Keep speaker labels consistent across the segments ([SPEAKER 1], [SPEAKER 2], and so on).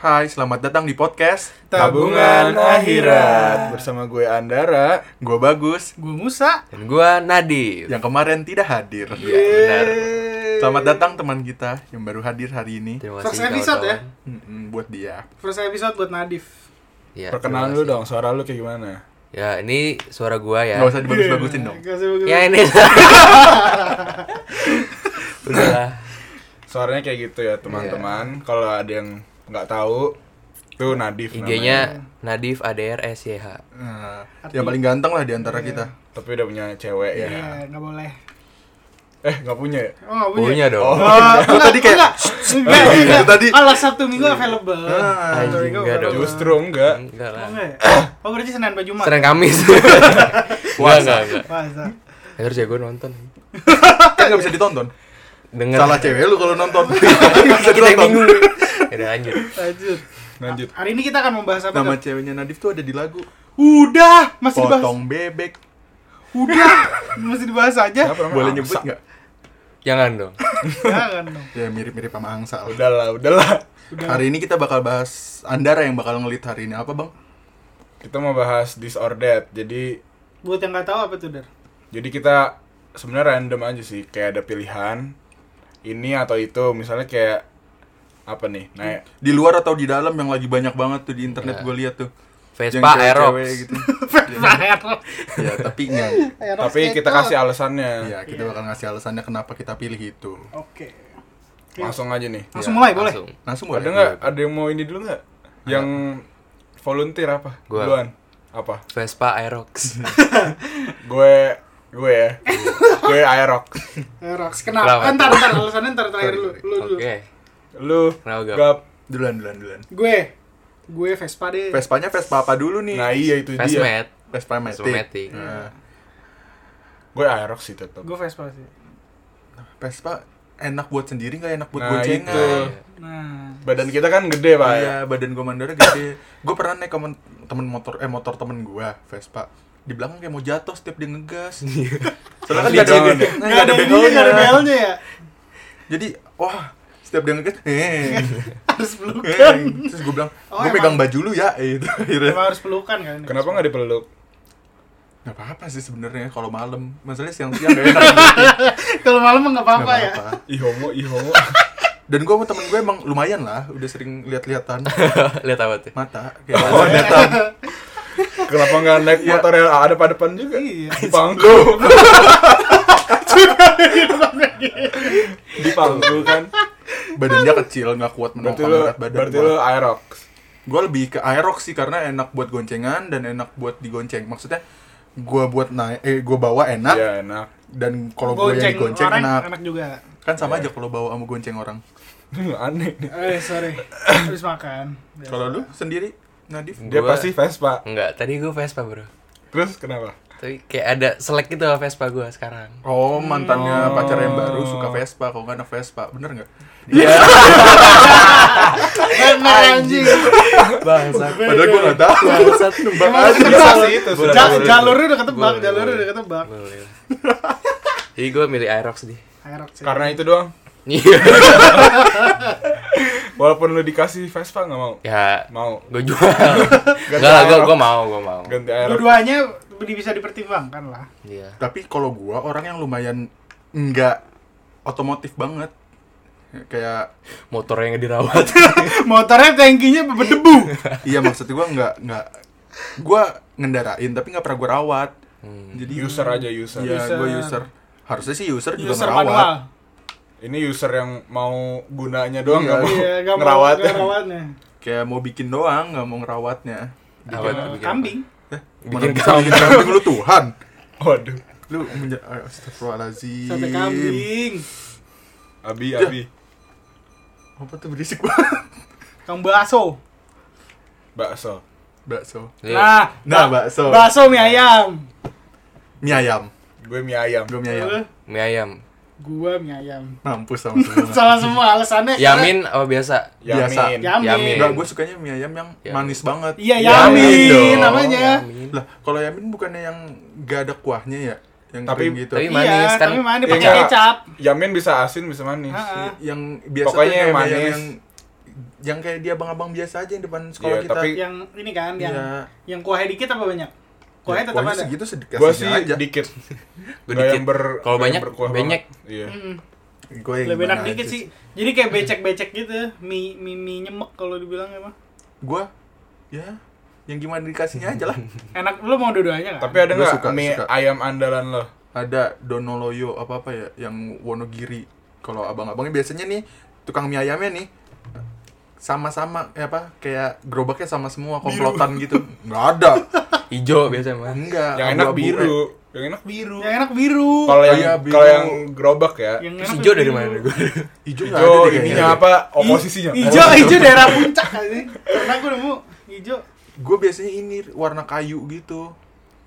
[SPEAKER 1] Hai, selamat datang di podcast
[SPEAKER 2] Tabungan Akhirat.
[SPEAKER 1] Bersama gue Andara, gue Bagus,
[SPEAKER 2] Gue Musa.
[SPEAKER 3] Dan gua Nadif.
[SPEAKER 1] yang kemarin tidak hadir.
[SPEAKER 3] Iya, benar.
[SPEAKER 1] Selamat datang teman kita yang baru hadir hari ini.
[SPEAKER 3] Terima
[SPEAKER 2] First episode ya?
[SPEAKER 3] kawan-kawan.
[SPEAKER 1] Mm-mm, buat dia.
[SPEAKER 2] First episode buat Nadif.
[SPEAKER 3] Iya,
[SPEAKER 4] Perkenalan
[SPEAKER 3] terima
[SPEAKER 4] lu
[SPEAKER 3] kasih.
[SPEAKER 4] dong, suara lu kayak gimana?
[SPEAKER 3] Ya, ini suara gua ya.
[SPEAKER 1] Nggak usah dibagus-bagusin Iya dong.
[SPEAKER 2] Gak usah bagus.
[SPEAKER 3] Ya ini. Udah lah.
[SPEAKER 4] Suaranya kayak gitu ya, teman-teman. Kalau ada yang nggak tahu, tuh Nadif
[SPEAKER 3] IG-nya Nadif ADRS
[SPEAKER 2] Oh, iya.
[SPEAKER 3] YH.
[SPEAKER 1] Nah, yang paling ganteng lah di
[SPEAKER 3] Iya.
[SPEAKER 1] antara kita.
[SPEAKER 4] namanya. Tapi udah punya cewek
[SPEAKER 2] Iya,
[SPEAKER 4] ya.
[SPEAKER 2] nggak boleh.
[SPEAKER 4] Eh, nggak punya ya?
[SPEAKER 2] Oh, nggak punya.
[SPEAKER 3] Punya
[SPEAKER 4] Oh,
[SPEAKER 3] dong.
[SPEAKER 1] tadi kayak,
[SPEAKER 2] Enggak, enggak.
[SPEAKER 1] Itu tadi. Iya.
[SPEAKER 2] Alas Sabtu Minggu available.
[SPEAKER 1] Ah,
[SPEAKER 2] Sabtu
[SPEAKER 3] anjing,
[SPEAKER 2] Minggu
[SPEAKER 3] nggak dong.
[SPEAKER 2] available.
[SPEAKER 4] Justru enggak.
[SPEAKER 3] Enggak
[SPEAKER 2] Oh,
[SPEAKER 3] lah.
[SPEAKER 2] nggak ya? Oh, berarti Senin Pak Jumat.
[SPEAKER 3] Sering Kamis. Enggak,
[SPEAKER 1] Puasa.
[SPEAKER 3] enggak, enggak.
[SPEAKER 2] Puasa.
[SPEAKER 3] Ya, Harus ya gua nonton.
[SPEAKER 1] kan nggak bisa ditonton.
[SPEAKER 3] Dengar.
[SPEAKER 1] Salah cewek lu kalau nonton. Nggak bisa
[SPEAKER 3] Kita yang
[SPEAKER 1] ditonton.
[SPEAKER 3] bingung. Ya, Udah lanjut.
[SPEAKER 2] Lanjut.
[SPEAKER 4] Lanjut.
[SPEAKER 2] Hari ini kita akan membahas apa?
[SPEAKER 1] Nama
[SPEAKER 2] Dok?
[SPEAKER 1] ceweknya Nadif tuh ada di lagu
[SPEAKER 2] Udah, masih dibahas.
[SPEAKER 1] Potong Bebek.
[SPEAKER 2] Udah, masih dibahas aja.
[SPEAKER 4] Kenapa namanya?
[SPEAKER 1] Boleh nyebut
[SPEAKER 4] Angsa.
[SPEAKER 1] nggak?
[SPEAKER 3] Jangan dong.
[SPEAKER 2] Jangan dong.
[SPEAKER 1] Ya mirip-mirip sama Angsa. lah.
[SPEAKER 4] Udahlah, udahlah.
[SPEAKER 1] Hari ini kita bakal bahas Andara yang bakal ngelit hari ini apa bang?
[SPEAKER 4] Kita mau bahas disordered. Jadi
[SPEAKER 2] Buat yang nggak tahu apa tuh, Dar?
[SPEAKER 4] jadi kita sebenarnya random aja sih, kayak ada pilihan ini atau itu. Misalnya kayak apa nih? Nah, Naik
[SPEAKER 1] Di luar atau di dalam yang lagi banyak banget tuh di internet
[SPEAKER 3] Ya.
[SPEAKER 1] gue lihat tuh. Yang
[SPEAKER 3] Vespa
[SPEAKER 1] cewek-cewek
[SPEAKER 3] Aerox.
[SPEAKER 1] gitu.
[SPEAKER 2] Aero-
[SPEAKER 1] ya tapi nggak.
[SPEAKER 2] Aero
[SPEAKER 4] tapi kita
[SPEAKER 2] skater.
[SPEAKER 4] kasih alasannya.
[SPEAKER 1] Ya
[SPEAKER 2] Iya.
[SPEAKER 1] kita bakal ngasih alasannya kenapa kita pilih itu.
[SPEAKER 2] Oke.
[SPEAKER 4] Langsung aja nih.
[SPEAKER 2] Iya, Langsung mulai boleh.
[SPEAKER 3] Langsung.
[SPEAKER 1] Langsung
[SPEAKER 4] Ada
[SPEAKER 1] boleh.
[SPEAKER 4] nggak? Ada yang mau ini dulu nggak? Yang volunteer apa?
[SPEAKER 3] Gua.
[SPEAKER 4] Duluan. Apa?
[SPEAKER 3] Vespa Aerox.
[SPEAKER 4] Gue gue ya. gue Aerox.
[SPEAKER 2] Aerox. Kenapa?
[SPEAKER 3] Kenapa?
[SPEAKER 2] Eh, Ntar, ntar, alasannya ntar terakhir lu. Lu dulu.
[SPEAKER 3] Oke.
[SPEAKER 4] Lu
[SPEAKER 3] Kenapa, Gap?
[SPEAKER 4] gap.
[SPEAKER 1] Duluan duluan duluan.
[SPEAKER 2] Gue. Gue Vespa deh.
[SPEAKER 1] Vespanya Vespa apa dulu nih?
[SPEAKER 4] Nah, iya itu dia.
[SPEAKER 3] Fastmat.
[SPEAKER 1] Vespa Matic.
[SPEAKER 3] Vespa Matic.
[SPEAKER 1] Nah,
[SPEAKER 4] Gue Aerox sih tetap.
[SPEAKER 2] Gue Vespa sih.
[SPEAKER 1] Vespa enak buat sendiri nggak enak buat
[SPEAKER 4] Nah,
[SPEAKER 1] boncengan?
[SPEAKER 4] itu.
[SPEAKER 3] iya.
[SPEAKER 2] Nah.
[SPEAKER 4] Badan kita kan gede, Pak. ya.
[SPEAKER 1] Iya, badan gue mandor gede. gue pernah naik temen, temen motor, eh motor temen gue, Vespa. Di belakang kayak mau jatuh setiap dia ngegas.
[SPEAKER 4] Iya.
[SPEAKER 1] Soalnya kan
[SPEAKER 4] Masih
[SPEAKER 1] gak ada,
[SPEAKER 4] down ya?
[SPEAKER 1] nggak ada
[SPEAKER 2] ininya,
[SPEAKER 1] belnya.
[SPEAKER 2] nggak ada belnya ya.
[SPEAKER 1] Jadi, wah, setiap dia ngegas, eh,
[SPEAKER 2] Harus
[SPEAKER 1] eh.
[SPEAKER 2] pelukan.
[SPEAKER 1] Terus gue bilang,
[SPEAKER 2] Oh,
[SPEAKER 1] gue
[SPEAKER 2] emang-
[SPEAKER 1] pegang baju lu ya, Eh, itu akhirnya.
[SPEAKER 2] Emang harus pelukan kan ini.
[SPEAKER 4] Kenapa nggak dipeluk?
[SPEAKER 1] Gak apa-apa sih sebenarnya kalau malam. Masalahnya siang-siang gak enak. gitu.
[SPEAKER 2] Kalau malam mah nggak
[SPEAKER 1] Nggak
[SPEAKER 2] apa-apa ya.
[SPEAKER 4] Ih homo, ih homo.
[SPEAKER 1] Dan gue sama temen gue emang lumayan lah, udah sering lihat-lihatan
[SPEAKER 3] Lihat apa tuh?
[SPEAKER 1] mata. Kayak oh, datang.
[SPEAKER 4] Kenapa nggak naik motor yang ada pada depan juga?
[SPEAKER 2] Iya.
[SPEAKER 4] Di pangku. Di pangku kan.
[SPEAKER 1] Badan dia kecil, gak kuat
[SPEAKER 4] Berarti
[SPEAKER 1] menopang
[SPEAKER 4] lu
[SPEAKER 1] berat badan.
[SPEAKER 4] berarti
[SPEAKER 1] gua.
[SPEAKER 4] lu Aerox.
[SPEAKER 1] gue lebih ke aerox sih karena enak buat goncengan dan enak buat digonceng maksudnya gue buat naik eh gue bawa enak
[SPEAKER 4] Iya, enak.
[SPEAKER 1] dan kalau gue yang digonceng
[SPEAKER 2] orang
[SPEAKER 1] enak
[SPEAKER 2] enak juga.
[SPEAKER 1] kan sama aja
[SPEAKER 4] Iya.
[SPEAKER 1] kalau bawa sama gonceng orang
[SPEAKER 4] Aneh nih.
[SPEAKER 2] Eh, sorry. Habis makan. Biasa.
[SPEAKER 1] kalau lu sendiri Nadif
[SPEAKER 2] Hmm.
[SPEAKER 4] Dia
[SPEAKER 3] Gua-
[SPEAKER 4] pasti Vespa.
[SPEAKER 3] Enggak, tadi gue Vespa, Bro.
[SPEAKER 4] Terus kenapa?
[SPEAKER 3] Tapi kayak ada selek gitu sama Vespa gue sekarang.
[SPEAKER 1] oh mantannya pacar yang baru
[SPEAKER 2] Oh.
[SPEAKER 1] suka Vespa kalau nggak anak Vespa bener nggak
[SPEAKER 2] Bener Nah, anjing.
[SPEAKER 3] Bangsat.
[SPEAKER 1] padahal gue nggak tahu
[SPEAKER 3] Bangsat.
[SPEAKER 1] numpang
[SPEAKER 2] Emang
[SPEAKER 1] aja
[SPEAKER 2] ketebak.
[SPEAKER 4] Bisa sih itu, sudah
[SPEAKER 2] Ja-
[SPEAKER 4] boleh.
[SPEAKER 2] Jalurnya udah ketebak,
[SPEAKER 3] Boleh,
[SPEAKER 2] jalurnya
[SPEAKER 3] boleh.
[SPEAKER 2] udah ketebak.
[SPEAKER 3] Boleh. Jadi gue milih Aerox deh.
[SPEAKER 2] Aerox sih.
[SPEAKER 4] Karena itu doang.
[SPEAKER 3] Iya.
[SPEAKER 4] Walaupun lu dikasih Vespa nggak mau.
[SPEAKER 3] ya,
[SPEAKER 4] Mau.
[SPEAKER 3] gue jual. Enggak lah, gue
[SPEAKER 4] Aerox.
[SPEAKER 3] gue mau, gue mau.
[SPEAKER 4] Ganti Aerox.
[SPEAKER 2] Dua-duanya bisa dipertimbangkan lah.
[SPEAKER 3] Iya.
[SPEAKER 1] tapi kalau gue orang yang lumayan nggak otomotif banget kayak
[SPEAKER 3] Motornya yang dirawat.
[SPEAKER 2] Motornya tankinya berdebu.
[SPEAKER 1] iya maksud gue nggak nggak gue ngendarain tapi nggak pernah gue rawat
[SPEAKER 3] Hmm.
[SPEAKER 1] jadi
[SPEAKER 4] User aja user.
[SPEAKER 1] Iya,
[SPEAKER 2] User.
[SPEAKER 1] gue user. Harusnya sih user juga
[SPEAKER 2] User
[SPEAKER 1] ngerawat.
[SPEAKER 2] manual.
[SPEAKER 4] Ini user yang mau gunanya doang
[SPEAKER 1] Iya,
[SPEAKER 4] nggak mau
[SPEAKER 2] Iya, nggak mau
[SPEAKER 4] ngerawat.
[SPEAKER 2] nggak ngerawatnya.
[SPEAKER 1] Kayak mau bikin doang, nggak mau ngerawatnya.
[SPEAKER 3] Apa tuh, bikin apa?
[SPEAKER 2] Iya, Kambing.
[SPEAKER 3] Bikin
[SPEAKER 1] Mana bisa
[SPEAKER 3] kambing.
[SPEAKER 1] kambing lu Tuhan.
[SPEAKER 4] Waduh.
[SPEAKER 1] Lu menja- Astagfirullahaladzim.
[SPEAKER 2] Sate kambing.
[SPEAKER 1] Iya.
[SPEAKER 4] Abi, Abi.
[SPEAKER 1] Apa tuh berisik banget?
[SPEAKER 2] Kang bakso.
[SPEAKER 4] Bakso.
[SPEAKER 1] Bakso.
[SPEAKER 3] Iya.
[SPEAKER 2] Nah,
[SPEAKER 1] Nah,
[SPEAKER 2] ba-
[SPEAKER 1] bakso.
[SPEAKER 2] bakso mie ayam.
[SPEAKER 1] Mie ayam.
[SPEAKER 4] Gue mie ayam.
[SPEAKER 1] Gue mie ayam.
[SPEAKER 3] Mie ayam.
[SPEAKER 2] Gua mie ayam.
[SPEAKER 1] Mampus sama semua.
[SPEAKER 2] Salah semua alasannya.
[SPEAKER 3] Yamin apa biasa?
[SPEAKER 1] Biasa.
[SPEAKER 4] Yamin.
[SPEAKER 2] Yamin.
[SPEAKER 3] Yamin.
[SPEAKER 1] Enggak, gue sukanya mie ayam yang
[SPEAKER 3] Yamin.
[SPEAKER 1] manis banget.
[SPEAKER 2] Iya,
[SPEAKER 4] Yamin
[SPEAKER 2] Yamin,
[SPEAKER 4] dong.
[SPEAKER 2] namanya.
[SPEAKER 3] Yamin.
[SPEAKER 1] Lah, kalau yamin bukannya yang gak ada kuahnya ya? Yang
[SPEAKER 4] Tapi-
[SPEAKER 1] kering gitu.
[SPEAKER 3] tapi
[SPEAKER 2] Iya,
[SPEAKER 3] manis kan.
[SPEAKER 2] tapi manis
[SPEAKER 4] Iya,
[SPEAKER 2] pakai
[SPEAKER 4] nggak.
[SPEAKER 2] kecap.
[SPEAKER 4] Yamin bisa asin, bisa manis.
[SPEAKER 1] Ah,
[SPEAKER 2] Ha-ha.
[SPEAKER 1] yang biasa
[SPEAKER 4] Pokoknya
[SPEAKER 1] tuh
[SPEAKER 4] yang
[SPEAKER 1] mie ayam
[SPEAKER 4] manis.
[SPEAKER 1] yang yang kayak dia abang-abang biasa aja yang depan
[SPEAKER 4] Iya,
[SPEAKER 1] sekolah kita.
[SPEAKER 4] tapi-
[SPEAKER 2] yang ini kan yang
[SPEAKER 1] Iya.
[SPEAKER 2] yang kuahnya dikit apa banyak kuahnya
[SPEAKER 1] Ya,
[SPEAKER 2] tetap
[SPEAKER 1] kuahnya
[SPEAKER 2] ada
[SPEAKER 1] segitu sedikit
[SPEAKER 4] Gua sih
[SPEAKER 1] rasanya aja.
[SPEAKER 4] dikit. Nggak
[SPEAKER 3] Gua dikit.
[SPEAKER 4] yang ber-
[SPEAKER 3] Kalau
[SPEAKER 4] nggak yang
[SPEAKER 3] banyak,
[SPEAKER 4] berkuah
[SPEAKER 3] banyak.
[SPEAKER 4] banget. Iya.
[SPEAKER 1] Hmm.
[SPEAKER 2] Mm-mm.
[SPEAKER 1] Gua yang
[SPEAKER 2] lebih enak
[SPEAKER 1] Eh, gimana
[SPEAKER 2] dikit
[SPEAKER 1] aja
[SPEAKER 2] sih jadi kayak becek-becek gitu mie mie, mie nyemek kalau dibilang emang
[SPEAKER 1] Gua ya yang gimana dikasihnya aja lah.
[SPEAKER 2] enak lu mau dua-duanya kan
[SPEAKER 4] Tapi ada
[SPEAKER 1] Gua
[SPEAKER 4] nggak
[SPEAKER 1] suka,
[SPEAKER 4] mie
[SPEAKER 1] suka.
[SPEAKER 4] ayam andalan lo?
[SPEAKER 1] Ada Donoloyo apa apa ya yang Wonogiri. Kalau abang-abangnya biasanya nih tukang mie ayamnya nih sama-sama ya apa kayak gerobaknya sama semua komplotan gitu nggak ada
[SPEAKER 3] Ijo biasanya mah.
[SPEAKER 1] enggak
[SPEAKER 4] Yang enak
[SPEAKER 1] abu-abu, eh.
[SPEAKER 4] biru. Yang enak biru.
[SPEAKER 2] yang enak biru
[SPEAKER 4] Kalau yang
[SPEAKER 1] Iya, biru. Iya.
[SPEAKER 4] kalau yang gerobak ya.
[SPEAKER 2] yang
[SPEAKER 3] Terus
[SPEAKER 2] enak
[SPEAKER 3] Ijo dari mana gue?
[SPEAKER 1] Ijo nggak ada
[SPEAKER 4] Hijau
[SPEAKER 1] deh kayaknya.
[SPEAKER 4] ininya apa? Oposisinya.
[SPEAKER 1] Iya.
[SPEAKER 2] Ijo, ijo daerah puncak aja. Karena gue nemu ijo.
[SPEAKER 1] Gue biasanya ini warna kayu gitu.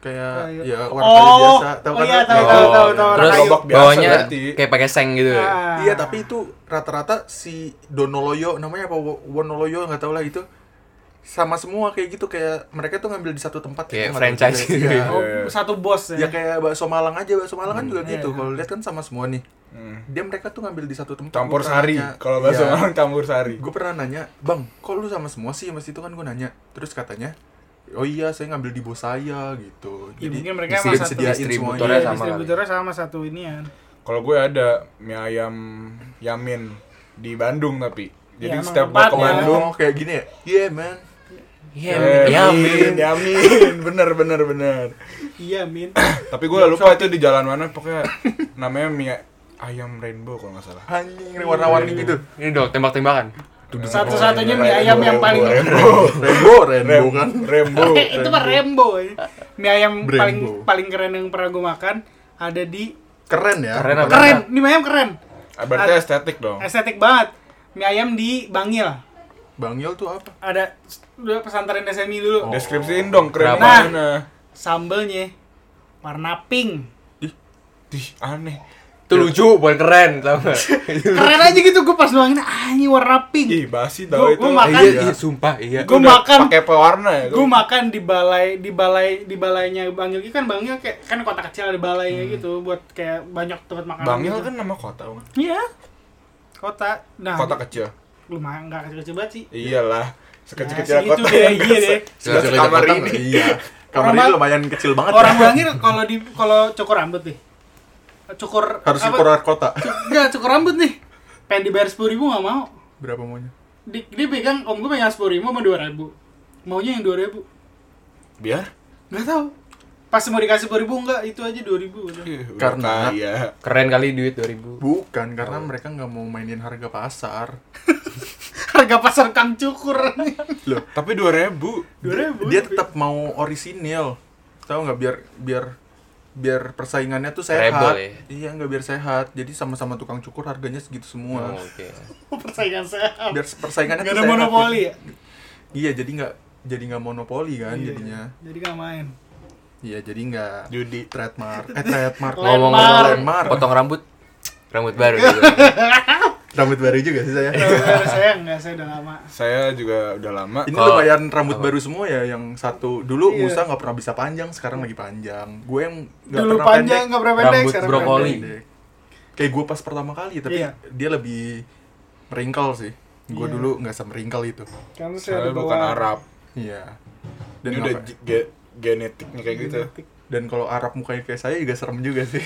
[SPEAKER 1] Kayak
[SPEAKER 2] Kayu.
[SPEAKER 1] ya warna kayu
[SPEAKER 2] Oh,
[SPEAKER 1] biasa. Tahu
[SPEAKER 2] oh
[SPEAKER 1] kan?
[SPEAKER 2] iya,
[SPEAKER 1] lu?
[SPEAKER 2] tahu,
[SPEAKER 1] Iya.
[SPEAKER 2] tahu, tahu, tahu,
[SPEAKER 3] Terus
[SPEAKER 4] Gerobak biasa
[SPEAKER 3] bawahnya
[SPEAKER 4] berarti.
[SPEAKER 3] kayak pakai seng gitu. ya.
[SPEAKER 2] Ah.
[SPEAKER 1] Iya, tapi itu rata-rata si Donoloyo namanya apa Wo- Wonoloyo nggak tahu lah itu. Sama semua kayak gitu kayak mereka tuh ngambil di satu tempat Nggak
[SPEAKER 3] Kayak
[SPEAKER 1] tahu
[SPEAKER 3] franchise
[SPEAKER 1] juga.
[SPEAKER 3] gitu.
[SPEAKER 1] Iya.
[SPEAKER 2] Oh,
[SPEAKER 4] Iya.
[SPEAKER 2] satu bos
[SPEAKER 1] Ya
[SPEAKER 2] ya.
[SPEAKER 1] kayak bakso Malang aja, bakso Malang kan juga gitu.
[SPEAKER 2] iya.
[SPEAKER 1] Kalau lihat kan sama semua nih.
[SPEAKER 4] Hmm.
[SPEAKER 1] Dia mereka tuh ngambil di satu tempat.
[SPEAKER 4] Campur sari. Kalau
[SPEAKER 2] Iya.
[SPEAKER 4] bahasa orang campur sari.
[SPEAKER 1] gue Iya. pernah nanya, "Bang, kok lu sama semua sih?" Mas itu kan gue nanya. Terus katanya, "Oh iya, saya ngambil di bos saya gitu."
[SPEAKER 2] Ya, mungkin mereka
[SPEAKER 3] Disi-
[SPEAKER 2] emang satu
[SPEAKER 1] disediain
[SPEAKER 3] distributornya
[SPEAKER 1] semuanya.
[SPEAKER 2] Iya,
[SPEAKER 3] sama kali.
[SPEAKER 2] distributornya sama satu ini ya.
[SPEAKER 4] Kalau gue ada mie ayam Yamin di Bandung tapi.
[SPEAKER 2] Ya,
[SPEAKER 4] Jadi
[SPEAKER 2] emang
[SPEAKER 4] setiap gue ke
[SPEAKER 2] tempatnya.
[SPEAKER 4] Bandung,
[SPEAKER 1] Oh, kayak gini ya? Yeah, man.
[SPEAKER 3] Iya,
[SPEAKER 4] eh,
[SPEAKER 3] Yamin.
[SPEAKER 4] Yamin, Yamin, bener bener bener.
[SPEAKER 2] Iya, Min.
[SPEAKER 4] Tapi gue lupa itu di jalan mana pokoknya namanya mie ayam rainbow kalau nggak salah.
[SPEAKER 1] Anjing, ini warna-warni gitu.
[SPEAKER 3] Ini dong tembak-tembakan.
[SPEAKER 2] Satu-satunya mie
[SPEAKER 4] Rainbow,
[SPEAKER 2] ayam yang
[SPEAKER 4] rainbow,
[SPEAKER 2] paling
[SPEAKER 4] rainbow.
[SPEAKER 1] Rainbow, rainbow kan.
[SPEAKER 4] Oh. Rainbow.
[SPEAKER 2] Eh, itu mah Rembo. ya. Mie ayam
[SPEAKER 1] Brembo.
[SPEAKER 2] paling paling keren yang pernah gue makan ada di
[SPEAKER 1] Keren ya.
[SPEAKER 3] Keren apa?
[SPEAKER 2] keren. Ini mie ayam keren.
[SPEAKER 4] Ah, Berarti estetik dong.
[SPEAKER 2] Estetik banget. Mie ayam di Bangil.
[SPEAKER 1] Bang Yol tuh apa?
[SPEAKER 2] Ada udah pesantren SMI
[SPEAKER 1] Oh.
[SPEAKER 2] dulu.
[SPEAKER 4] Deskripsiin dong keren
[SPEAKER 3] Kenapa?
[SPEAKER 4] mana?
[SPEAKER 2] Sambelnya warna pink.
[SPEAKER 4] Ih, aneh.
[SPEAKER 3] Itu lucu, bukan keren, tau gak?
[SPEAKER 2] Keren aja gitu gue pas nuangin ah ini warna pink.
[SPEAKER 4] Ih, basi
[SPEAKER 2] Gua-
[SPEAKER 4] tau itu.
[SPEAKER 2] gua makan-
[SPEAKER 4] Iya,
[SPEAKER 3] Iya,
[SPEAKER 4] iya.
[SPEAKER 3] iya, sumpah, iya.
[SPEAKER 2] Gua
[SPEAKER 4] Udah
[SPEAKER 2] makan.
[SPEAKER 4] pakai pewarna ya.
[SPEAKER 2] gue makan di balai di balai di balainya Bangil Gitu kan Bangil kayak kan kota kecil ada balainya gitu buat kayak banyak tempat makan
[SPEAKER 4] Bangil
[SPEAKER 2] gitu.
[SPEAKER 4] Hmm. kan nama kota bukan?
[SPEAKER 2] iya kota nah
[SPEAKER 4] Kota kecil.
[SPEAKER 2] lumayan nggak kecil kecil banget sih
[SPEAKER 4] Iyalah,
[SPEAKER 2] Ya,
[SPEAKER 4] sekecil-kecil
[SPEAKER 2] segitu
[SPEAKER 4] kota.
[SPEAKER 2] deh,
[SPEAKER 4] yang
[SPEAKER 2] iya
[SPEAKER 4] se-
[SPEAKER 2] deh.
[SPEAKER 4] sudah sekamar
[SPEAKER 1] Jakarta
[SPEAKER 4] ini.
[SPEAKER 1] nggak? Iya. Kamar
[SPEAKER 2] Orang
[SPEAKER 1] ini
[SPEAKER 2] Bang-
[SPEAKER 1] lumayan kecil banget.
[SPEAKER 2] orang
[SPEAKER 1] ya.
[SPEAKER 2] Bangil kalau di kalau cukur rambut nih cukur
[SPEAKER 1] harus
[SPEAKER 2] apa-
[SPEAKER 1] ukuran kota.
[SPEAKER 2] cu- nggak cukur rambut nih pengen dibayar sepuluh ribu nggak mau
[SPEAKER 1] Berapa maunya?
[SPEAKER 2] di, dia pegang om gue pegang sepuluh ribu sama dua ribu maunya yang dua ribu
[SPEAKER 4] Biar
[SPEAKER 2] nggak tahu pas mau dikasih sepuluh ribu enggak itu aja dua ribu udah
[SPEAKER 4] Ih, udah
[SPEAKER 1] Karena-
[SPEAKER 4] kaya.
[SPEAKER 3] Keren kali duit 2000.
[SPEAKER 1] Bukan, karena
[SPEAKER 3] Oh.
[SPEAKER 1] mereka nggak mau mainin harga pasar.
[SPEAKER 2] harga pasar kang cukur
[SPEAKER 1] Loh,
[SPEAKER 4] Tapi 2000
[SPEAKER 2] 2000
[SPEAKER 1] dia tetap mau orisinil. Tahu nggak biar biar biar persaingannya tuh sehat.
[SPEAKER 3] Rebel ya.
[SPEAKER 1] Iya, nggak biar sehat. Jadi sama-sama tukang cukur harganya segitu
[SPEAKER 3] Oh,
[SPEAKER 1] semua.
[SPEAKER 3] Oke.
[SPEAKER 2] persaingan sehat
[SPEAKER 1] Biar persaingannya
[SPEAKER 2] nggak
[SPEAKER 1] tuh
[SPEAKER 2] ada
[SPEAKER 1] sehat.
[SPEAKER 2] monopoli ya
[SPEAKER 1] Iya, jadi nggak jadi nggak monopoli kan
[SPEAKER 2] Iya.
[SPEAKER 1] jadinya.
[SPEAKER 2] jadi nggak main
[SPEAKER 1] Iya, jadi nggak
[SPEAKER 4] judi.
[SPEAKER 1] trademark. Eh, trademark.
[SPEAKER 2] Landmark.
[SPEAKER 3] Ngomong-ngomong,
[SPEAKER 1] Landmark.
[SPEAKER 3] potong rambut, rambut baru. gitu.
[SPEAKER 1] Rambut baru juga sih saya.
[SPEAKER 2] Kalau saya nggak saya udah lama
[SPEAKER 4] Saya juga udah lama.
[SPEAKER 1] Ini
[SPEAKER 3] Kalau-
[SPEAKER 1] lumayan rambut baru semua ya yang satu dulu
[SPEAKER 2] Iya.
[SPEAKER 1] Musa nggak pernah bisa panjang, sekarang lagi panjang. Gue yang nggak
[SPEAKER 2] dulu
[SPEAKER 1] pernah
[SPEAKER 2] panjang
[SPEAKER 1] pendek.
[SPEAKER 2] nggak pernah pendek
[SPEAKER 3] Rambut
[SPEAKER 2] sekarang
[SPEAKER 3] brokoli.
[SPEAKER 2] pendek.
[SPEAKER 1] pendek. Kayak gue pas pertama kali, tapi
[SPEAKER 2] Iya.
[SPEAKER 1] dia lebih meringkel sih. Gue
[SPEAKER 2] Iya.
[SPEAKER 1] dulu nggak semeringkel itu.
[SPEAKER 2] kamu saya ada
[SPEAKER 4] Saya bukan
[SPEAKER 2] bawaan.
[SPEAKER 4] Arab.
[SPEAKER 1] Iya.
[SPEAKER 4] Ini
[SPEAKER 1] Dan
[SPEAKER 4] udah
[SPEAKER 1] ngapa-
[SPEAKER 4] ge- ge- genetiknya kayak gitu.
[SPEAKER 2] Genetik.
[SPEAKER 1] dan kalau Arab mukanya kayak saya juga serem juga sih.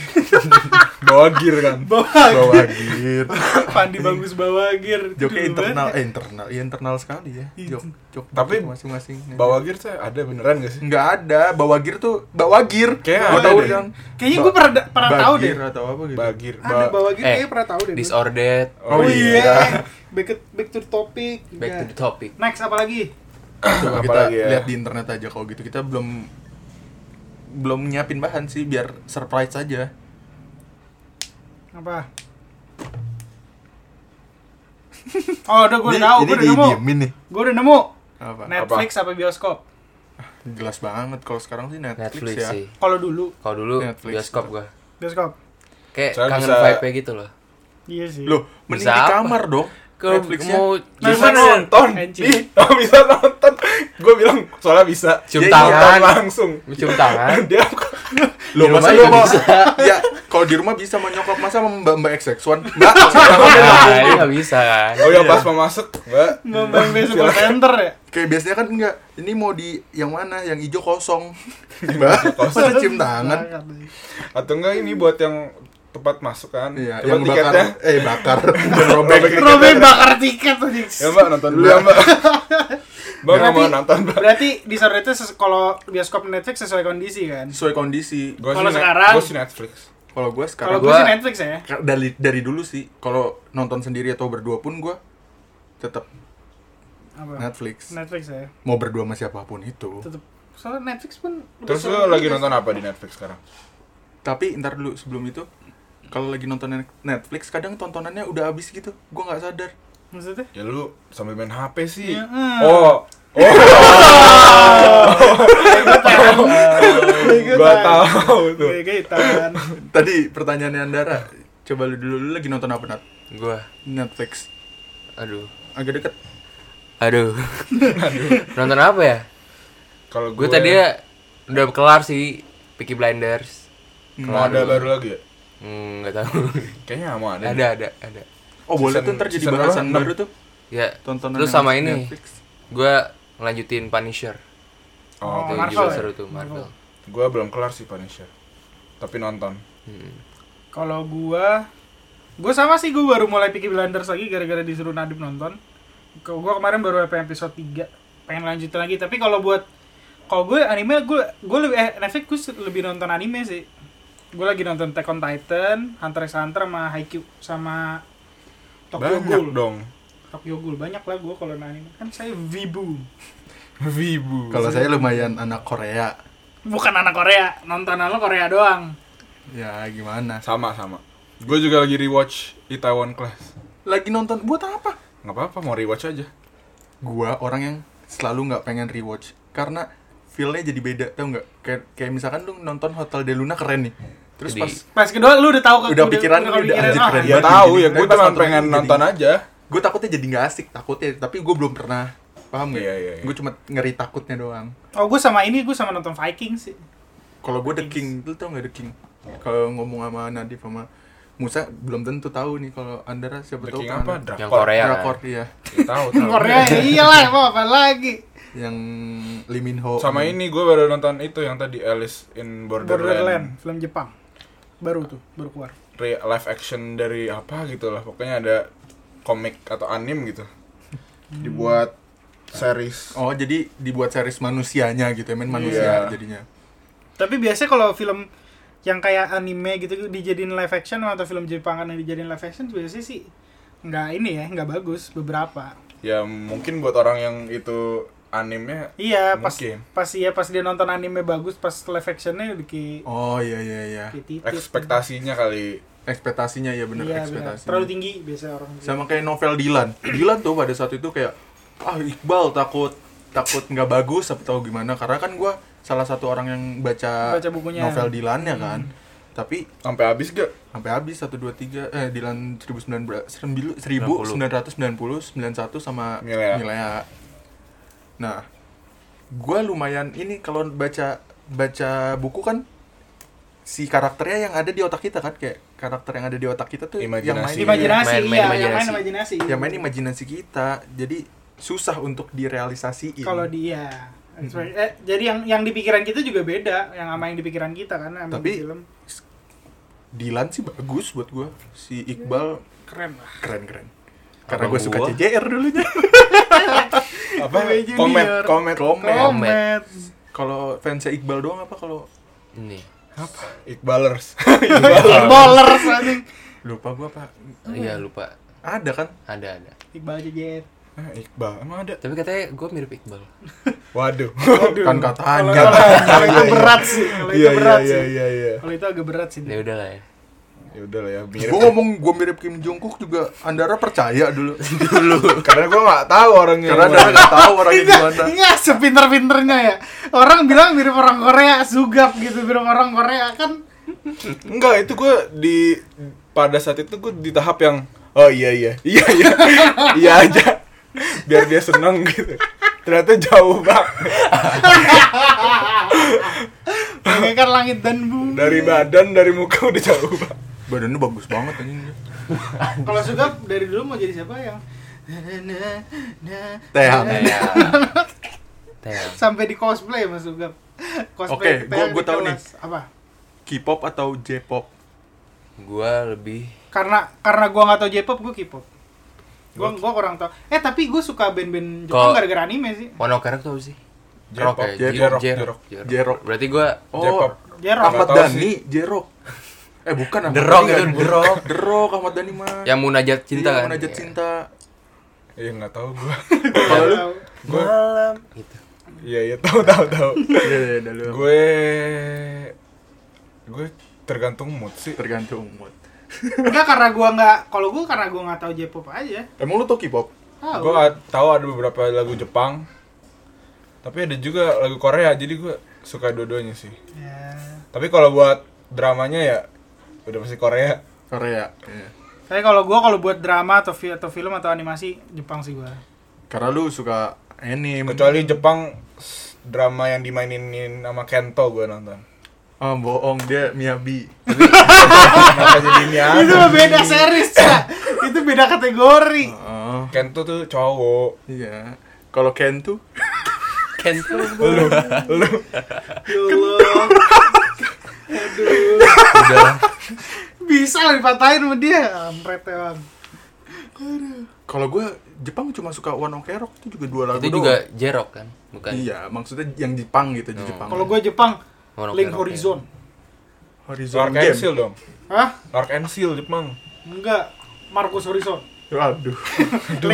[SPEAKER 4] Bawa gear kan.
[SPEAKER 2] Bawaan.
[SPEAKER 4] Bawa
[SPEAKER 1] Gitu.
[SPEAKER 2] Pandi bagus bawa
[SPEAKER 1] Joknya
[SPEAKER 2] gear Dulu kan.
[SPEAKER 1] internal,
[SPEAKER 2] banget.
[SPEAKER 1] eh internal, ya internal sekali ya.
[SPEAKER 2] Iya.
[SPEAKER 1] Jok, jok.
[SPEAKER 4] Tapi
[SPEAKER 1] jok masing-masing.
[SPEAKER 4] Bawa gear tuh ada beneran gak sih?
[SPEAKER 1] nggak ada, bawa gear tuh bawa gear.
[SPEAKER 4] Kayak
[SPEAKER 1] Gua
[SPEAKER 4] ada
[SPEAKER 1] tahu
[SPEAKER 4] deh.
[SPEAKER 1] yang
[SPEAKER 2] kayaknya gue pernah pernah tahu deh
[SPEAKER 1] Bagir atau apa gitu.
[SPEAKER 4] Bagir.
[SPEAKER 2] ada bawa gear
[SPEAKER 3] Eh,
[SPEAKER 2] kayaknya pernah tahu deh gua.
[SPEAKER 3] Disordered,
[SPEAKER 1] Oh
[SPEAKER 2] oh
[SPEAKER 1] iya.
[SPEAKER 2] iya back to- back to the topic
[SPEAKER 3] back to
[SPEAKER 2] Udah.
[SPEAKER 3] the topic.
[SPEAKER 2] next apa lagi
[SPEAKER 1] Coba kita
[SPEAKER 4] Apalagi ya?
[SPEAKER 1] lihat di internet aja kalau gitu kita belum belum nyiapin bahan sih biar surprise aja.
[SPEAKER 2] apa oh udah gue udah tahu gue udah nemu
[SPEAKER 1] diemin nih.
[SPEAKER 2] gue udah nemu
[SPEAKER 1] Apa?
[SPEAKER 2] Netflix apa bioskop
[SPEAKER 1] Jelas banget kalau sekarang sih Netflix,
[SPEAKER 3] Netflix
[SPEAKER 1] ya.
[SPEAKER 3] sih.
[SPEAKER 2] kalau dulu
[SPEAKER 3] Kalau dulu
[SPEAKER 1] Netflix.
[SPEAKER 3] bioskop gua.
[SPEAKER 2] bioskop
[SPEAKER 3] Kayak
[SPEAKER 4] Saya
[SPEAKER 3] kangen
[SPEAKER 4] bisa-
[SPEAKER 3] vibe-nya gitu loh.
[SPEAKER 2] iya sih
[SPEAKER 1] Loh, mending
[SPEAKER 3] Bisa
[SPEAKER 1] di
[SPEAKER 3] apa?
[SPEAKER 1] kamar dong.
[SPEAKER 3] Kalau
[SPEAKER 1] Netflixnya.
[SPEAKER 3] mau
[SPEAKER 2] Nah,
[SPEAKER 4] Bisa
[SPEAKER 2] gimana?
[SPEAKER 4] nonton.
[SPEAKER 2] Anjing.
[SPEAKER 4] Ih, oh, bisa nonton. Gue bilang soalnya bisa.
[SPEAKER 1] Ya,
[SPEAKER 3] cium
[SPEAKER 1] iya.
[SPEAKER 4] Nonton
[SPEAKER 3] tangan,
[SPEAKER 4] langsung.
[SPEAKER 3] cium tangan.
[SPEAKER 4] Dia
[SPEAKER 1] Lu
[SPEAKER 3] Di
[SPEAKER 1] masa
[SPEAKER 3] rumah
[SPEAKER 1] lu
[SPEAKER 3] juga
[SPEAKER 1] mau
[SPEAKER 3] bisa.
[SPEAKER 1] Ya, kalau di rumah bisa sama nyokap masa sama Mbak-mbak XX1. Mbak, saya ramen dong.
[SPEAKER 3] Nah, ini nggak bisa kan.
[SPEAKER 4] Oh
[SPEAKER 2] Iya.
[SPEAKER 4] ya pas mau masuk, Mbak.
[SPEAKER 2] Ngomong di support center ya?
[SPEAKER 1] Kayak biasanya kan enggak. Ini mau di yang mana? Yang hijau kosong. Mbak, masa cium tangan.
[SPEAKER 2] Banget.
[SPEAKER 4] Iya. Atau enggak ini buat yang tepat masuk kan?
[SPEAKER 1] Iya,
[SPEAKER 4] Coba
[SPEAKER 1] yang
[SPEAKER 4] tiketnya.
[SPEAKER 1] bakar, eh bakar, yang robek.
[SPEAKER 4] Robek.
[SPEAKER 2] Robby bakar tiket tadi.
[SPEAKER 4] Ya Mbak nonton dulu ya Mbak. Mbak nggak mau
[SPEAKER 2] Berarti-
[SPEAKER 4] nonton Mbak.
[SPEAKER 2] Berarti di sore itu ses- kalau bioskop Netflix sesuai kondisi kan?
[SPEAKER 1] Sesuai kondisi.
[SPEAKER 4] Gua
[SPEAKER 2] Kalau
[SPEAKER 4] sih net-
[SPEAKER 2] sekarang-
[SPEAKER 4] gua sih Netflix.
[SPEAKER 1] Kalau gue sekarang
[SPEAKER 2] Kalau gue
[SPEAKER 3] gua-
[SPEAKER 2] sih Netflix ya.
[SPEAKER 1] dari dari dulu sih kalau nonton sendiri atau berdua pun gue tetap
[SPEAKER 2] Apa?
[SPEAKER 1] Netflix
[SPEAKER 2] Netflix ya.
[SPEAKER 1] mau berdua sama siapapun itu
[SPEAKER 2] Tetep. Soalnya Netflix pun
[SPEAKER 4] Terus
[SPEAKER 2] lebih
[SPEAKER 4] lu
[SPEAKER 2] seru. gitu.
[SPEAKER 4] lagi nonton apa di Netflix sekarang?
[SPEAKER 1] tapi ntar dulu sebelum itu kalau lagi nonton net- Netflix kadang tontonannya udah habis gitu gue nggak sadar
[SPEAKER 2] Maksudnya?
[SPEAKER 4] Ya lu sambil main HP sih.
[SPEAKER 2] Iya, eh.
[SPEAKER 4] Oh. Oh.
[SPEAKER 2] Iya,
[SPEAKER 4] Gua tahu tuh.
[SPEAKER 2] Gegetan.
[SPEAKER 1] tadi pertanyaannya Andara coba lu dulu lu lagi nonton apa Nat?
[SPEAKER 3] Gua,
[SPEAKER 1] Netflix
[SPEAKER 3] aduh,
[SPEAKER 1] agak deket
[SPEAKER 3] aduh. Nonton apa ya?
[SPEAKER 4] Kalau ya,
[SPEAKER 3] Gue tadi ya udah kelar sih Peaky Blinders.
[SPEAKER 4] mau ada baru lagi ya?
[SPEAKER 3] Hmm, nggak tahu.
[SPEAKER 4] Kayaknya nggak mau ada.
[SPEAKER 3] ada, ada, ada.
[SPEAKER 1] oh boleh
[SPEAKER 4] Season-
[SPEAKER 1] tuh ntar jadi
[SPEAKER 4] season
[SPEAKER 1] bahasan
[SPEAKER 4] berapa?
[SPEAKER 1] baru tuh
[SPEAKER 3] Ya,
[SPEAKER 1] tontonan
[SPEAKER 3] terus
[SPEAKER 1] yang
[SPEAKER 3] sama
[SPEAKER 1] masih di
[SPEAKER 3] ini,
[SPEAKER 1] Netflix.
[SPEAKER 3] gua ngelanjutin Punisher.
[SPEAKER 4] Oh,
[SPEAKER 2] Oh,
[SPEAKER 3] Itu
[SPEAKER 2] Marvel
[SPEAKER 3] juga
[SPEAKER 2] ya?
[SPEAKER 3] seru tuh Marvel.
[SPEAKER 4] gua belum kelar sih Punisher. Tapi nonton.
[SPEAKER 3] Hmm.
[SPEAKER 2] Kalau gua gua sama sih gua baru mulai Peaky Blinders lagi gara-gara disuruh Nadib nonton. Ke- Gua kemarin baru sampai episode 3 pengen lanjutin lagi tapi kalau buat kalau gue anime gue gue lebih eh, Netflix gue se- lebih nonton anime sih gue lagi nonton Attack on Titan, Hunter x Hunter sama Haikyuu sama Tokyo
[SPEAKER 4] Banyak
[SPEAKER 2] Ghoul
[SPEAKER 4] dong.
[SPEAKER 2] Tokyo Ghoul banyak lah gue kalau nonton anime kan saya wibu
[SPEAKER 4] Vibu.
[SPEAKER 1] kalau saya lumayan anak Korea
[SPEAKER 2] bukan anak Korea nontonan lo Korea doang
[SPEAKER 1] ya gimana
[SPEAKER 4] sama sama. Gue juga lagi rewatch Itaewon Class.
[SPEAKER 1] lagi nonton buat apa
[SPEAKER 4] Nggak apa-apa, mau rewatch aja.
[SPEAKER 1] gua orang yang selalu nggak pengen rewatch karena feel-nya jadi beda tau nggak kayak kayak misalkan lu nonton Hotel Del Luna keren nih terus
[SPEAKER 3] Jadi-
[SPEAKER 1] pas
[SPEAKER 2] pas kedua lu udah tahu
[SPEAKER 1] Udah pikiran lu udah anjir keren
[SPEAKER 2] ah,
[SPEAKER 4] Ya
[SPEAKER 1] Iya,
[SPEAKER 4] tahu
[SPEAKER 1] jadi-
[SPEAKER 4] ya, gue
[SPEAKER 1] tapi pas
[SPEAKER 4] cuma
[SPEAKER 1] nonton
[SPEAKER 4] pengen
[SPEAKER 1] jadi-
[SPEAKER 4] nonton aja.
[SPEAKER 1] gue takutnya jadi nggak asik takutnya tapi gue belum pernah paham nggak
[SPEAKER 4] Iya, iya, iya.
[SPEAKER 1] gue cuma ngeri takutnya doang
[SPEAKER 2] Oh gue sama ini gue sama nonton Viking sih.
[SPEAKER 1] kalau gue The King lu tau nggak The King kalau ngomong sama Nadif sama Musa belum tentu tahu nih kalau Andara siapa
[SPEAKER 4] The
[SPEAKER 1] tahu
[SPEAKER 4] King
[SPEAKER 1] kan.
[SPEAKER 4] apa?
[SPEAKER 3] Yang
[SPEAKER 4] Drakor.
[SPEAKER 3] Korea.
[SPEAKER 1] Drakor
[SPEAKER 3] kan?
[SPEAKER 1] iya
[SPEAKER 4] Ya, Tahu, tahu.
[SPEAKER 2] Korea ya iyalah apa apa lagi.
[SPEAKER 1] yang Lee Min Ho Hmm.
[SPEAKER 4] Sama ini gue baru nonton itu yang tadi Alice in Borderland.
[SPEAKER 2] Borderland film Jepang baru tuh baru keluar.
[SPEAKER 4] Re- live action dari apa gitu lah. Pokoknya ada komik atau anime gitu. Dibuat series.
[SPEAKER 1] oh jadi dibuat series manusianya gitu ya main manusia
[SPEAKER 4] Iya.
[SPEAKER 1] jadinya
[SPEAKER 2] Tapi biasanya kalau film yang kayak anime gitu dijadiin live action atau film Jepangan yang dijadiin live action biasanya sih nggak ini ya nggak bagus beberapa.
[SPEAKER 4] Ya mungkin buat orang yang itu animenya
[SPEAKER 2] Iya pas
[SPEAKER 4] Mungkin.
[SPEAKER 2] pas iya pas dia nonton anime bagus pas live actionnya bikin
[SPEAKER 1] oh iya iya iya
[SPEAKER 4] ekspektasinya kali
[SPEAKER 1] ekspektasinya ya bener
[SPEAKER 2] gitu. Iya, benar.
[SPEAKER 1] ekspektasinya
[SPEAKER 2] Terlalu tinggi biasanya orang.
[SPEAKER 1] sama kayak novel Dilan Dilan tuh pada saat itu kayak ah Iqbal takut takut nggak bagus atau gimana karena kan gua salah satu orang yang baca,
[SPEAKER 2] Baca bukunya.
[SPEAKER 1] novel Dilannya kan tapi
[SPEAKER 4] sampai habis gak?
[SPEAKER 1] sampai habis 123 eh Dilan 1990 1990 91 sama
[SPEAKER 4] Milea.
[SPEAKER 1] Milea. Nah, gua lumayan ini kalau baca baca buku kan si karakternya yang ada di otak kita kan kayak karakter yang ada di otak kita tuh yang
[SPEAKER 4] Imajinasi.
[SPEAKER 1] main
[SPEAKER 2] Imajinasi,
[SPEAKER 3] Main- main
[SPEAKER 2] iya, yang main
[SPEAKER 3] imajinasi.
[SPEAKER 2] imajinasi.
[SPEAKER 1] yang main imajinasi kita jadi susah untuk
[SPEAKER 4] Iya.
[SPEAKER 1] direalisasiin
[SPEAKER 2] kalau dia eh, jadi yang yang di pikiran kita juga beda yang sama yang di pikiran kita kan sama
[SPEAKER 1] Tapi-
[SPEAKER 2] di film
[SPEAKER 1] Dilan sih bagus buat gua si Iqbal
[SPEAKER 2] keren lah
[SPEAKER 1] keren keren karena
[SPEAKER 3] Abang
[SPEAKER 1] gue suka
[SPEAKER 3] gua.
[SPEAKER 1] CJR dulunya
[SPEAKER 4] Apa?
[SPEAKER 2] Gue junior.
[SPEAKER 4] Komet, komet.
[SPEAKER 1] komen
[SPEAKER 3] Komen.
[SPEAKER 2] komet
[SPEAKER 1] kalau fansnya Iqbal doang apa kalau
[SPEAKER 3] Ini.
[SPEAKER 4] Iqbalers.
[SPEAKER 2] baller anjing
[SPEAKER 1] lupa gua apa
[SPEAKER 3] Iya, lupa.
[SPEAKER 1] ada kan
[SPEAKER 3] Ada, ada.
[SPEAKER 2] Iqbal JJR
[SPEAKER 4] Ah, Iqbal, emang ada?
[SPEAKER 3] Tapi katanya gua mirip Iqbal.
[SPEAKER 4] Waduh.
[SPEAKER 1] kan katanya
[SPEAKER 2] kalau kalau itu berat sih kalau itu
[SPEAKER 4] Iya iya
[SPEAKER 2] berat
[SPEAKER 4] iya
[SPEAKER 2] sih
[SPEAKER 4] iya iya.
[SPEAKER 2] kalau itu agak berat sih
[SPEAKER 3] Ya udah lah ya.
[SPEAKER 4] Ya udah lah ya, mirip.
[SPEAKER 1] gue ngomong gue mirip Kim Jongkook juga Andara percaya dulu dulu
[SPEAKER 4] Karena gua gak tahu orangnya.
[SPEAKER 1] karena Andara nggak tahu orangnya gimana
[SPEAKER 2] Iya, sepinter-pinternya ya. Orang bilang mirip orang Korea, sugap gitu mirip orang Korea kan.
[SPEAKER 4] Enggak, itu gua di pada saat itu gua di tahap yang oh iya iya. Iya iya. iya aja. Biar dia seneng gitu. Ternyata jauh banget.
[SPEAKER 2] bagaikan langit dan bumi.
[SPEAKER 4] dari badan dari muka udah jauh banget
[SPEAKER 1] Badannya bagus banget anjing.
[SPEAKER 2] Kalau suka dari dulu mau jadi siapa yang na, na, na,
[SPEAKER 1] Teang.
[SPEAKER 2] na, na.
[SPEAKER 3] Teang. Teang.
[SPEAKER 2] sampai di cosplay Mas Sugap.
[SPEAKER 1] Oke, gua-
[SPEAKER 2] Teang
[SPEAKER 1] gua
[SPEAKER 2] di
[SPEAKER 1] tahu
[SPEAKER 2] kelas. Apa?
[SPEAKER 1] K-pop atau J-pop?
[SPEAKER 3] Gua lebih
[SPEAKER 2] Karena karena gua nggak tahu J-pop, gua K-pop. Gua gua kurang tahu. Eh, tapi gua suka band-band Jepang
[SPEAKER 3] Kalau-
[SPEAKER 2] gara-gara anime sih.
[SPEAKER 3] Monokerok Oh, tuh apa sih?
[SPEAKER 4] J-pop, Iya,
[SPEAKER 3] Rock ya?
[SPEAKER 1] J-pop,
[SPEAKER 3] J-rock,
[SPEAKER 4] J-rock,
[SPEAKER 3] J-rock,
[SPEAKER 1] J-rock.
[SPEAKER 3] J-rock. Berarti gua
[SPEAKER 4] J-pop.
[SPEAKER 2] J-rock.
[SPEAKER 1] Oh, Ahmad
[SPEAKER 4] Nggak tahu
[SPEAKER 1] Dhani, J-rock. Eh bukan Ahmad
[SPEAKER 3] The Rock
[SPEAKER 1] Dhani
[SPEAKER 3] itu,
[SPEAKER 1] kan?
[SPEAKER 3] The Rock.
[SPEAKER 1] The Rock Ahmad Dhani mah.
[SPEAKER 3] yang munajat cinta
[SPEAKER 1] Iya,
[SPEAKER 3] kan?
[SPEAKER 1] Munajat
[SPEAKER 3] Iya.
[SPEAKER 1] cinta.
[SPEAKER 4] ya nggak tahu gua
[SPEAKER 2] Nggak tahu.
[SPEAKER 3] Malam gitu.
[SPEAKER 4] iya iya tahu tahu tahu
[SPEAKER 1] Iya, iya, iya, iya.
[SPEAKER 4] gue gue tergantung mood sih
[SPEAKER 1] tergantung mood.
[SPEAKER 2] Enggak karena gua nggak kalau gua karena gua nggak tahu J-pop aja.
[SPEAKER 1] Emang lu tau K-pop?
[SPEAKER 2] Tahu.
[SPEAKER 4] gue a- tahu ada beberapa lagu Jepang tapi ada juga lagu Korea jadi gue suka dua-duanya sih
[SPEAKER 2] Ya.
[SPEAKER 4] tapi kalau buat dramanya ya udah pasti Korea
[SPEAKER 1] Korea. Iya.
[SPEAKER 2] Tapi kalau gua kalau buat drama atau fi- atau film atau animasi Jepang sih gua.
[SPEAKER 1] Karena lu suka anime.
[SPEAKER 4] kecuali Jepang s- drama yang dimainin sama Kento gue nonton
[SPEAKER 1] Ah, bohong dia Miyabi.
[SPEAKER 4] kenapa jadi ini
[SPEAKER 2] itu
[SPEAKER 4] aja?
[SPEAKER 2] mah beda series, Cak. Itu beda kategori.
[SPEAKER 1] Heeh.
[SPEAKER 4] Kento tuh cowok
[SPEAKER 1] iya. Kalau Ken tuh
[SPEAKER 3] Ken tuh.
[SPEAKER 4] lu
[SPEAKER 2] Ya Allah. Aduh.
[SPEAKER 3] Udah lah.
[SPEAKER 2] Bisa lah dipatahin sama dia. Ampret emang.
[SPEAKER 1] kalau gue Jepang cuma suka One Ok Rock itu juga dua lagu
[SPEAKER 3] Itu juga J-rock kan? Bukan.
[SPEAKER 1] doang. Iya, maksudnya yang Jepang gitu di
[SPEAKER 3] Hmm.
[SPEAKER 1] Jepang.
[SPEAKER 2] Kalau gua Jepang,
[SPEAKER 3] Monokerok
[SPEAKER 2] Link
[SPEAKER 3] ya.
[SPEAKER 2] Horizon.
[SPEAKER 1] Horizon
[SPEAKER 4] Dark and Seal
[SPEAKER 1] Game.
[SPEAKER 4] dong
[SPEAKER 2] Hah?
[SPEAKER 4] Dark and Seal Jepang
[SPEAKER 2] Enggak. Markus Horizon.
[SPEAKER 1] Waduh.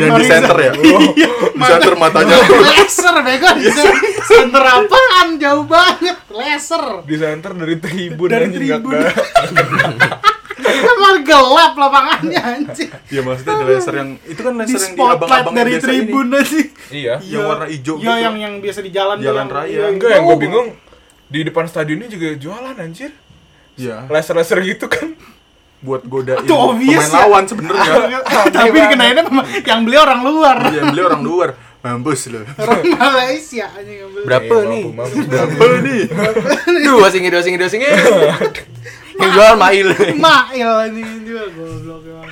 [SPEAKER 2] Link
[SPEAKER 1] yang di center ya.
[SPEAKER 2] Iya,
[SPEAKER 1] di center matanya.
[SPEAKER 2] Laser bego di
[SPEAKER 1] Iya
[SPEAKER 2] center apaan jauh banget laser
[SPEAKER 4] di center dari tribun
[SPEAKER 2] Dari
[SPEAKER 4] anjing, nggak-
[SPEAKER 2] tribun.
[SPEAKER 4] nggak-
[SPEAKER 2] emang Kan gelap lapangannya anjing
[SPEAKER 1] Iya maksudnya ada laser yang itu kan
[SPEAKER 2] di
[SPEAKER 1] laser yang di
[SPEAKER 2] spotlight
[SPEAKER 1] abang-abang yang
[SPEAKER 2] dari
[SPEAKER 1] biasa
[SPEAKER 2] tribun
[SPEAKER 1] ini.
[SPEAKER 2] nanti
[SPEAKER 4] iya
[SPEAKER 1] Yang warna hijau
[SPEAKER 2] iya
[SPEAKER 1] gitu.
[SPEAKER 2] yang yang biasa di jalan tuh,
[SPEAKER 1] Jalan
[SPEAKER 2] yang-
[SPEAKER 1] raya.
[SPEAKER 2] iya,
[SPEAKER 4] enggak yang gue
[SPEAKER 2] jauh.
[SPEAKER 4] bingung di depan stadionnya juga jualan anjir
[SPEAKER 1] Iya.
[SPEAKER 4] laser-laser gitu kan
[SPEAKER 1] Buat godain
[SPEAKER 2] Itu obvious
[SPEAKER 1] pemain
[SPEAKER 2] ya.
[SPEAKER 1] lawan sebenarnya.
[SPEAKER 2] tapi dikenainnya sama yang beli orang luar
[SPEAKER 1] Iya, beli orang luar. Mampus lu.
[SPEAKER 2] orang Malaysia anjing yang beli
[SPEAKER 3] Berapa
[SPEAKER 4] Eh,
[SPEAKER 3] nih?
[SPEAKER 4] mampu, mampu.
[SPEAKER 1] Apa nih?
[SPEAKER 3] Dua singi, dua singi, dua singi. Yang jual mahil.
[SPEAKER 2] Mail anjing yang jual goblok emang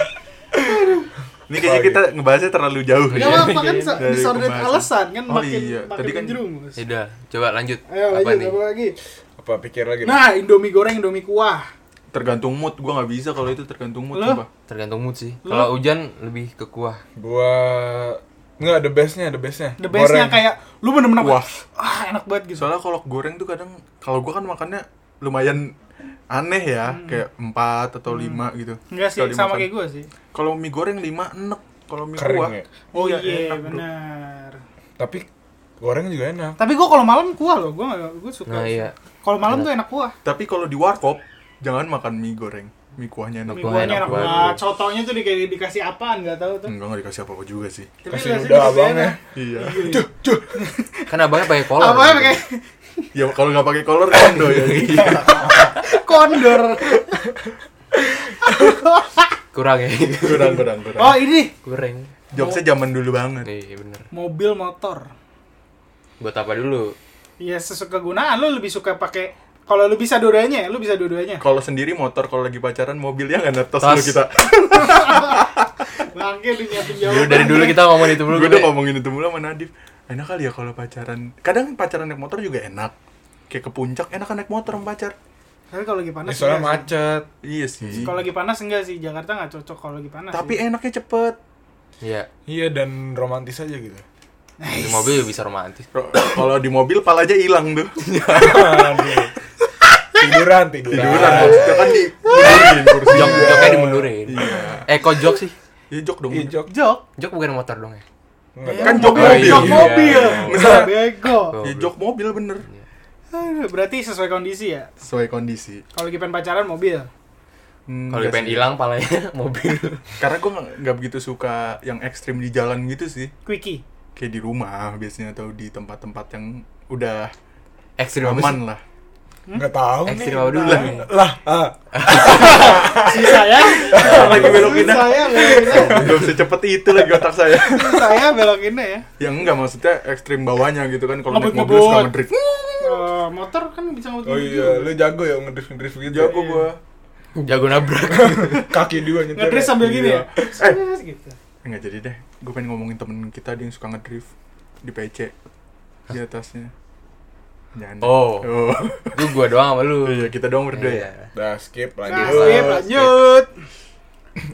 [SPEAKER 1] Ini kayaknya kita ngebahasnya terlalu jauh ya.
[SPEAKER 2] Gak apa-apa kan so-
[SPEAKER 1] Iya. Dari
[SPEAKER 2] disordered
[SPEAKER 1] pembahasan.
[SPEAKER 2] alasan kan
[SPEAKER 1] Oh,
[SPEAKER 2] makin
[SPEAKER 1] iya.
[SPEAKER 2] makin
[SPEAKER 1] Tadi kan-
[SPEAKER 2] menjerumus.
[SPEAKER 3] Sudah, Ya coba lanjut.
[SPEAKER 2] Ayo
[SPEAKER 3] Apa
[SPEAKER 2] lanjut
[SPEAKER 3] nih?
[SPEAKER 2] apa lagi?
[SPEAKER 4] apa pikir lagi
[SPEAKER 2] Nah, Indomie goreng, Indomie kuah.
[SPEAKER 1] Tergantung mood, gua nggak bisa kalau itu tergantung mood
[SPEAKER 2] Lu?
[SPEAKER 1] coba.
[SPEAKER 3] Tergantung mood sih. Kalau hujan lebih ke kuah.
[SPEAKER 4] gua nggak the bestnya the bestnya
[SPEAKER 2] The bestnya
[SPEAKER 4] Goreng.
[SPEAKER 2] kayak lu bener-bener
[SPEAKER 1] Kuah.
[SPEAKER 2] ah enak banget gitu.
[SPEAKER 1] Soalnya kalau goreng tuh kadang kalau gua kan makannya lumayan aneh ya, kayak 4 atau 5 gitu.
[SPEAKER 2] Hmm. Enggak sih,
[SPEAKER 1] Kalau dimakan.
[SPEAKER 2] sama kayak gue sih.
[SPEAKER 1] Kalau mie goreng 5 enek, kalau mie
[SPEAKER 4] kering
[SPEAKER 1] kuah.
[SPEAKER 4] ya
[SPEAKER 2] Oh iya,
[SPEAKER 1] enak, bro.
[SPEAKER 2] benar.
[SPEAKER 4] tapi goreng juga enak
[SPEAKER 2] Tapi gue kalau malam kuah loh, gue gue suka.
[SPEAKER 3] Nah, iya.
[SPEAKER 2] Kalau malam tuh enak kuah.
[SPEAKER 1] Tapi kalau di warkop jangan makan mie goreng. Mie kuahnya enak.
[SPEAKER 2] Mie
[SPEAKER 3] Kuahnya
[SPEAKER 2] kuahnya
[SPEAKER 3] enak
[SPEAKER 2] enak
[SPEAKER 3] banget.
[SPEAKER 2] banget. Sotonya tuh di, kayak dikasih apaan nggak tahu tuh.
[SPEAKER 1] Enggak enggak dikasih apa-apa juga sih.
[SPEAKER 2] Tapi
[SPEAKER 4] kasih
[SPEAKER 2] rasanya
[SPEAKER 4] udah
[SPEAKER 2] lebih
[SPEAKER 4] abangnya
[SPEAKER 2] enak.
[SPEAKER 1] Iya.
[SPEAKER 4] cuh cuh
[SPEAKER 3] Kan abangnya pakai kolor.
[SPEAKER 2] Apa ya pakai
[SPEAKER 1] ya kalau nggak pakai kolor kondo ya. Iya.
[SPEAKER 2] kondor.
[SPEAKER 3] Kurang ya.
[SPEAKER 1] Iya. kurang kurang kurang.
[SPEAKER 2] oh ini
[SPEAKER 3] Goreng.
[SPEAKER 1] Jokesnya zaman dulu banget.
[SPEAKER 3] Iya, bener.
[SPEAKER 2] mobil motor.
[SPEAKER 3] Buat apa dulu?
[SPEAKER 2] Ya sesuka gunaan lu lebih suka pakai kalau lu bisa dua-duanya, ya, lu bisa dua-duanya.
[SPEAKER 1] Kalau sendiri motor kalau lagi pacaran mobilnya nggak netos
[SPEAKER 3] Tas.
[SPEAKER 1] lu kita.
[SPEAKER 2] Bangke lu nyiapin
[SPEAKER 3] Dulu
[SPEAKER 2] jawaban.
[SPEAKER 3] dari dulu kita ngomongin itu dulu.
[SPEAKER 1] gue
[SPEAKER 3] gue.
[SPEAKER 1] udah ngomongin itu mulu sama Nadif enak kali ya kalau pacaran kadang pacaran naik motor juga enak kayak ke puncak enak kan naik motor sama pacar
[SPEAKER 2] Tapi kalau lagi panas.
[SPEAKER 4] Ini soalnya
[SPEAKER 2] enggak sih.
[SPEAKER 4] macet
[SPEAKER 1] iya sih
[SPEAKER 2] Kalau lagi panas enggak sih Jakarta nggak cocok kalau lagi panas.
[SPEAKER 1] tapi
[SPEAKER 2] sih.
[SPEAKER 1] enaknya cepet
[SPEAKER 3] Iya.
[SPEAKER 4] iya dan romantis aja gitu
[SPEAKER 3] Di mobil bisa romantis.
[SPEAKER 1] Ro- kalau di mobil palanya hilang tuh
[SPEAKER 4] Aduh. tiduran tiduran
[SPEAKER 1] tiduran maksudnya kan di tidurin kursi
[SPEAKER 3] Jok, joknya dimundurin.
[SPEAKER 1] Iya.
[SPEAKER 3] Eh, kok jok sih?
[SPEAKER 1] iya jok dong
[SPEAKER 4] ijok
[SPEAKER 2] jok.
[SPEAKER 3] Jok bukan motor dong ya?
[SPEAKER 1] kan jok
[SPEAKER 4] Oh,
[SPEAKER 1] mobil
[SPEAKER 4] iya.
[SPEAKER 2] Jok mobil.
[SPEAKER 1] Misal-
[SPEAKER 2] Bego.
[SPEAKER 1] Iya, jok mobil bener
[SPEAKER 2] Aduh, Berarti sesuai kondisi ya.
[SPEAKER 1] sesuai kondisi
[SPEAKER 2] Kalau lagi pengen pacaran mobil.
[SPEAKER 1] Hmm,
[SPEAKER 3] Kalau
[SPEAKER 1] enggak
[SPEAKER 3] pengen
[SPEAKER 1] sih.
[SPEAKER 3] hilang palanya mobil.
[SPEAKER 1] karena gue nggak begitu suka yang ekstrim di jalan gitu sih
[SPEAKER 2] Quickie.
[SPEAKER 1] kayak di rumah biasanya atau di tempat-tempat yang udah
[SPEAKER 3] Ekstrim apa sih?
[SPEAKER 1] aman lah
[SPEAKER 4] nggak tahu
[SPEAKER 2] Eh.
[SPEAKER 4] nih
[SPEAKER 3] Ekstrim apa dulu? nih?
[SPEAKER 4] lah ah.
[SPEAKER 2] Si saya
[SPEAKER 1] lagi
[SPEAKER 2] si
[SPEAKER 1] belokinnya
[SPEAKER 2] saya belokinnya.
[SPEAKER 1] Gak bisa cepet itu lagi otak saya
[SPEAKER 2] Si saya belokinnya ya.
[SPEAKER 1] Yang enggak maksudnya ekstrim bawahnya gitu kan Kalau naik mobil
[SPEAKER 2] Ngebut-ngebut.
[SPEAKER 1] suka ngedrift Hmm,
[SPEAKER 2] Oh, kalau motor kan bisa ngomong
[SPEAKER 4] Oh iya, lu jago ya ngedrift ngedrift gitu.
[SPEAKER 1] jago gua
[SPEAKER 3] Jago nabrak.
[SPEAKER 4] Kaki dua nyetir. Iya.
[SPEAKER 2] ngedrift sambil gini ya
[SPEAKER 1] Eh.
[SPEAKER 2] gitu
[SPEAKER 1] nggak jadi deh gue pengen ngomongin temen kita dia yang suka ngedrift di PC di atasnya Nyanda.
[SPEAKER 3] Oh.
[SPEAKER 1] oh.
[SPEAKER 3] Gue gua doang sama lu.
[SPEAKER 1] iya kita doang berdua ya
[SPEAKER 4] Dah skip lanjut.
[SPEAKER 2] nah skip lanjut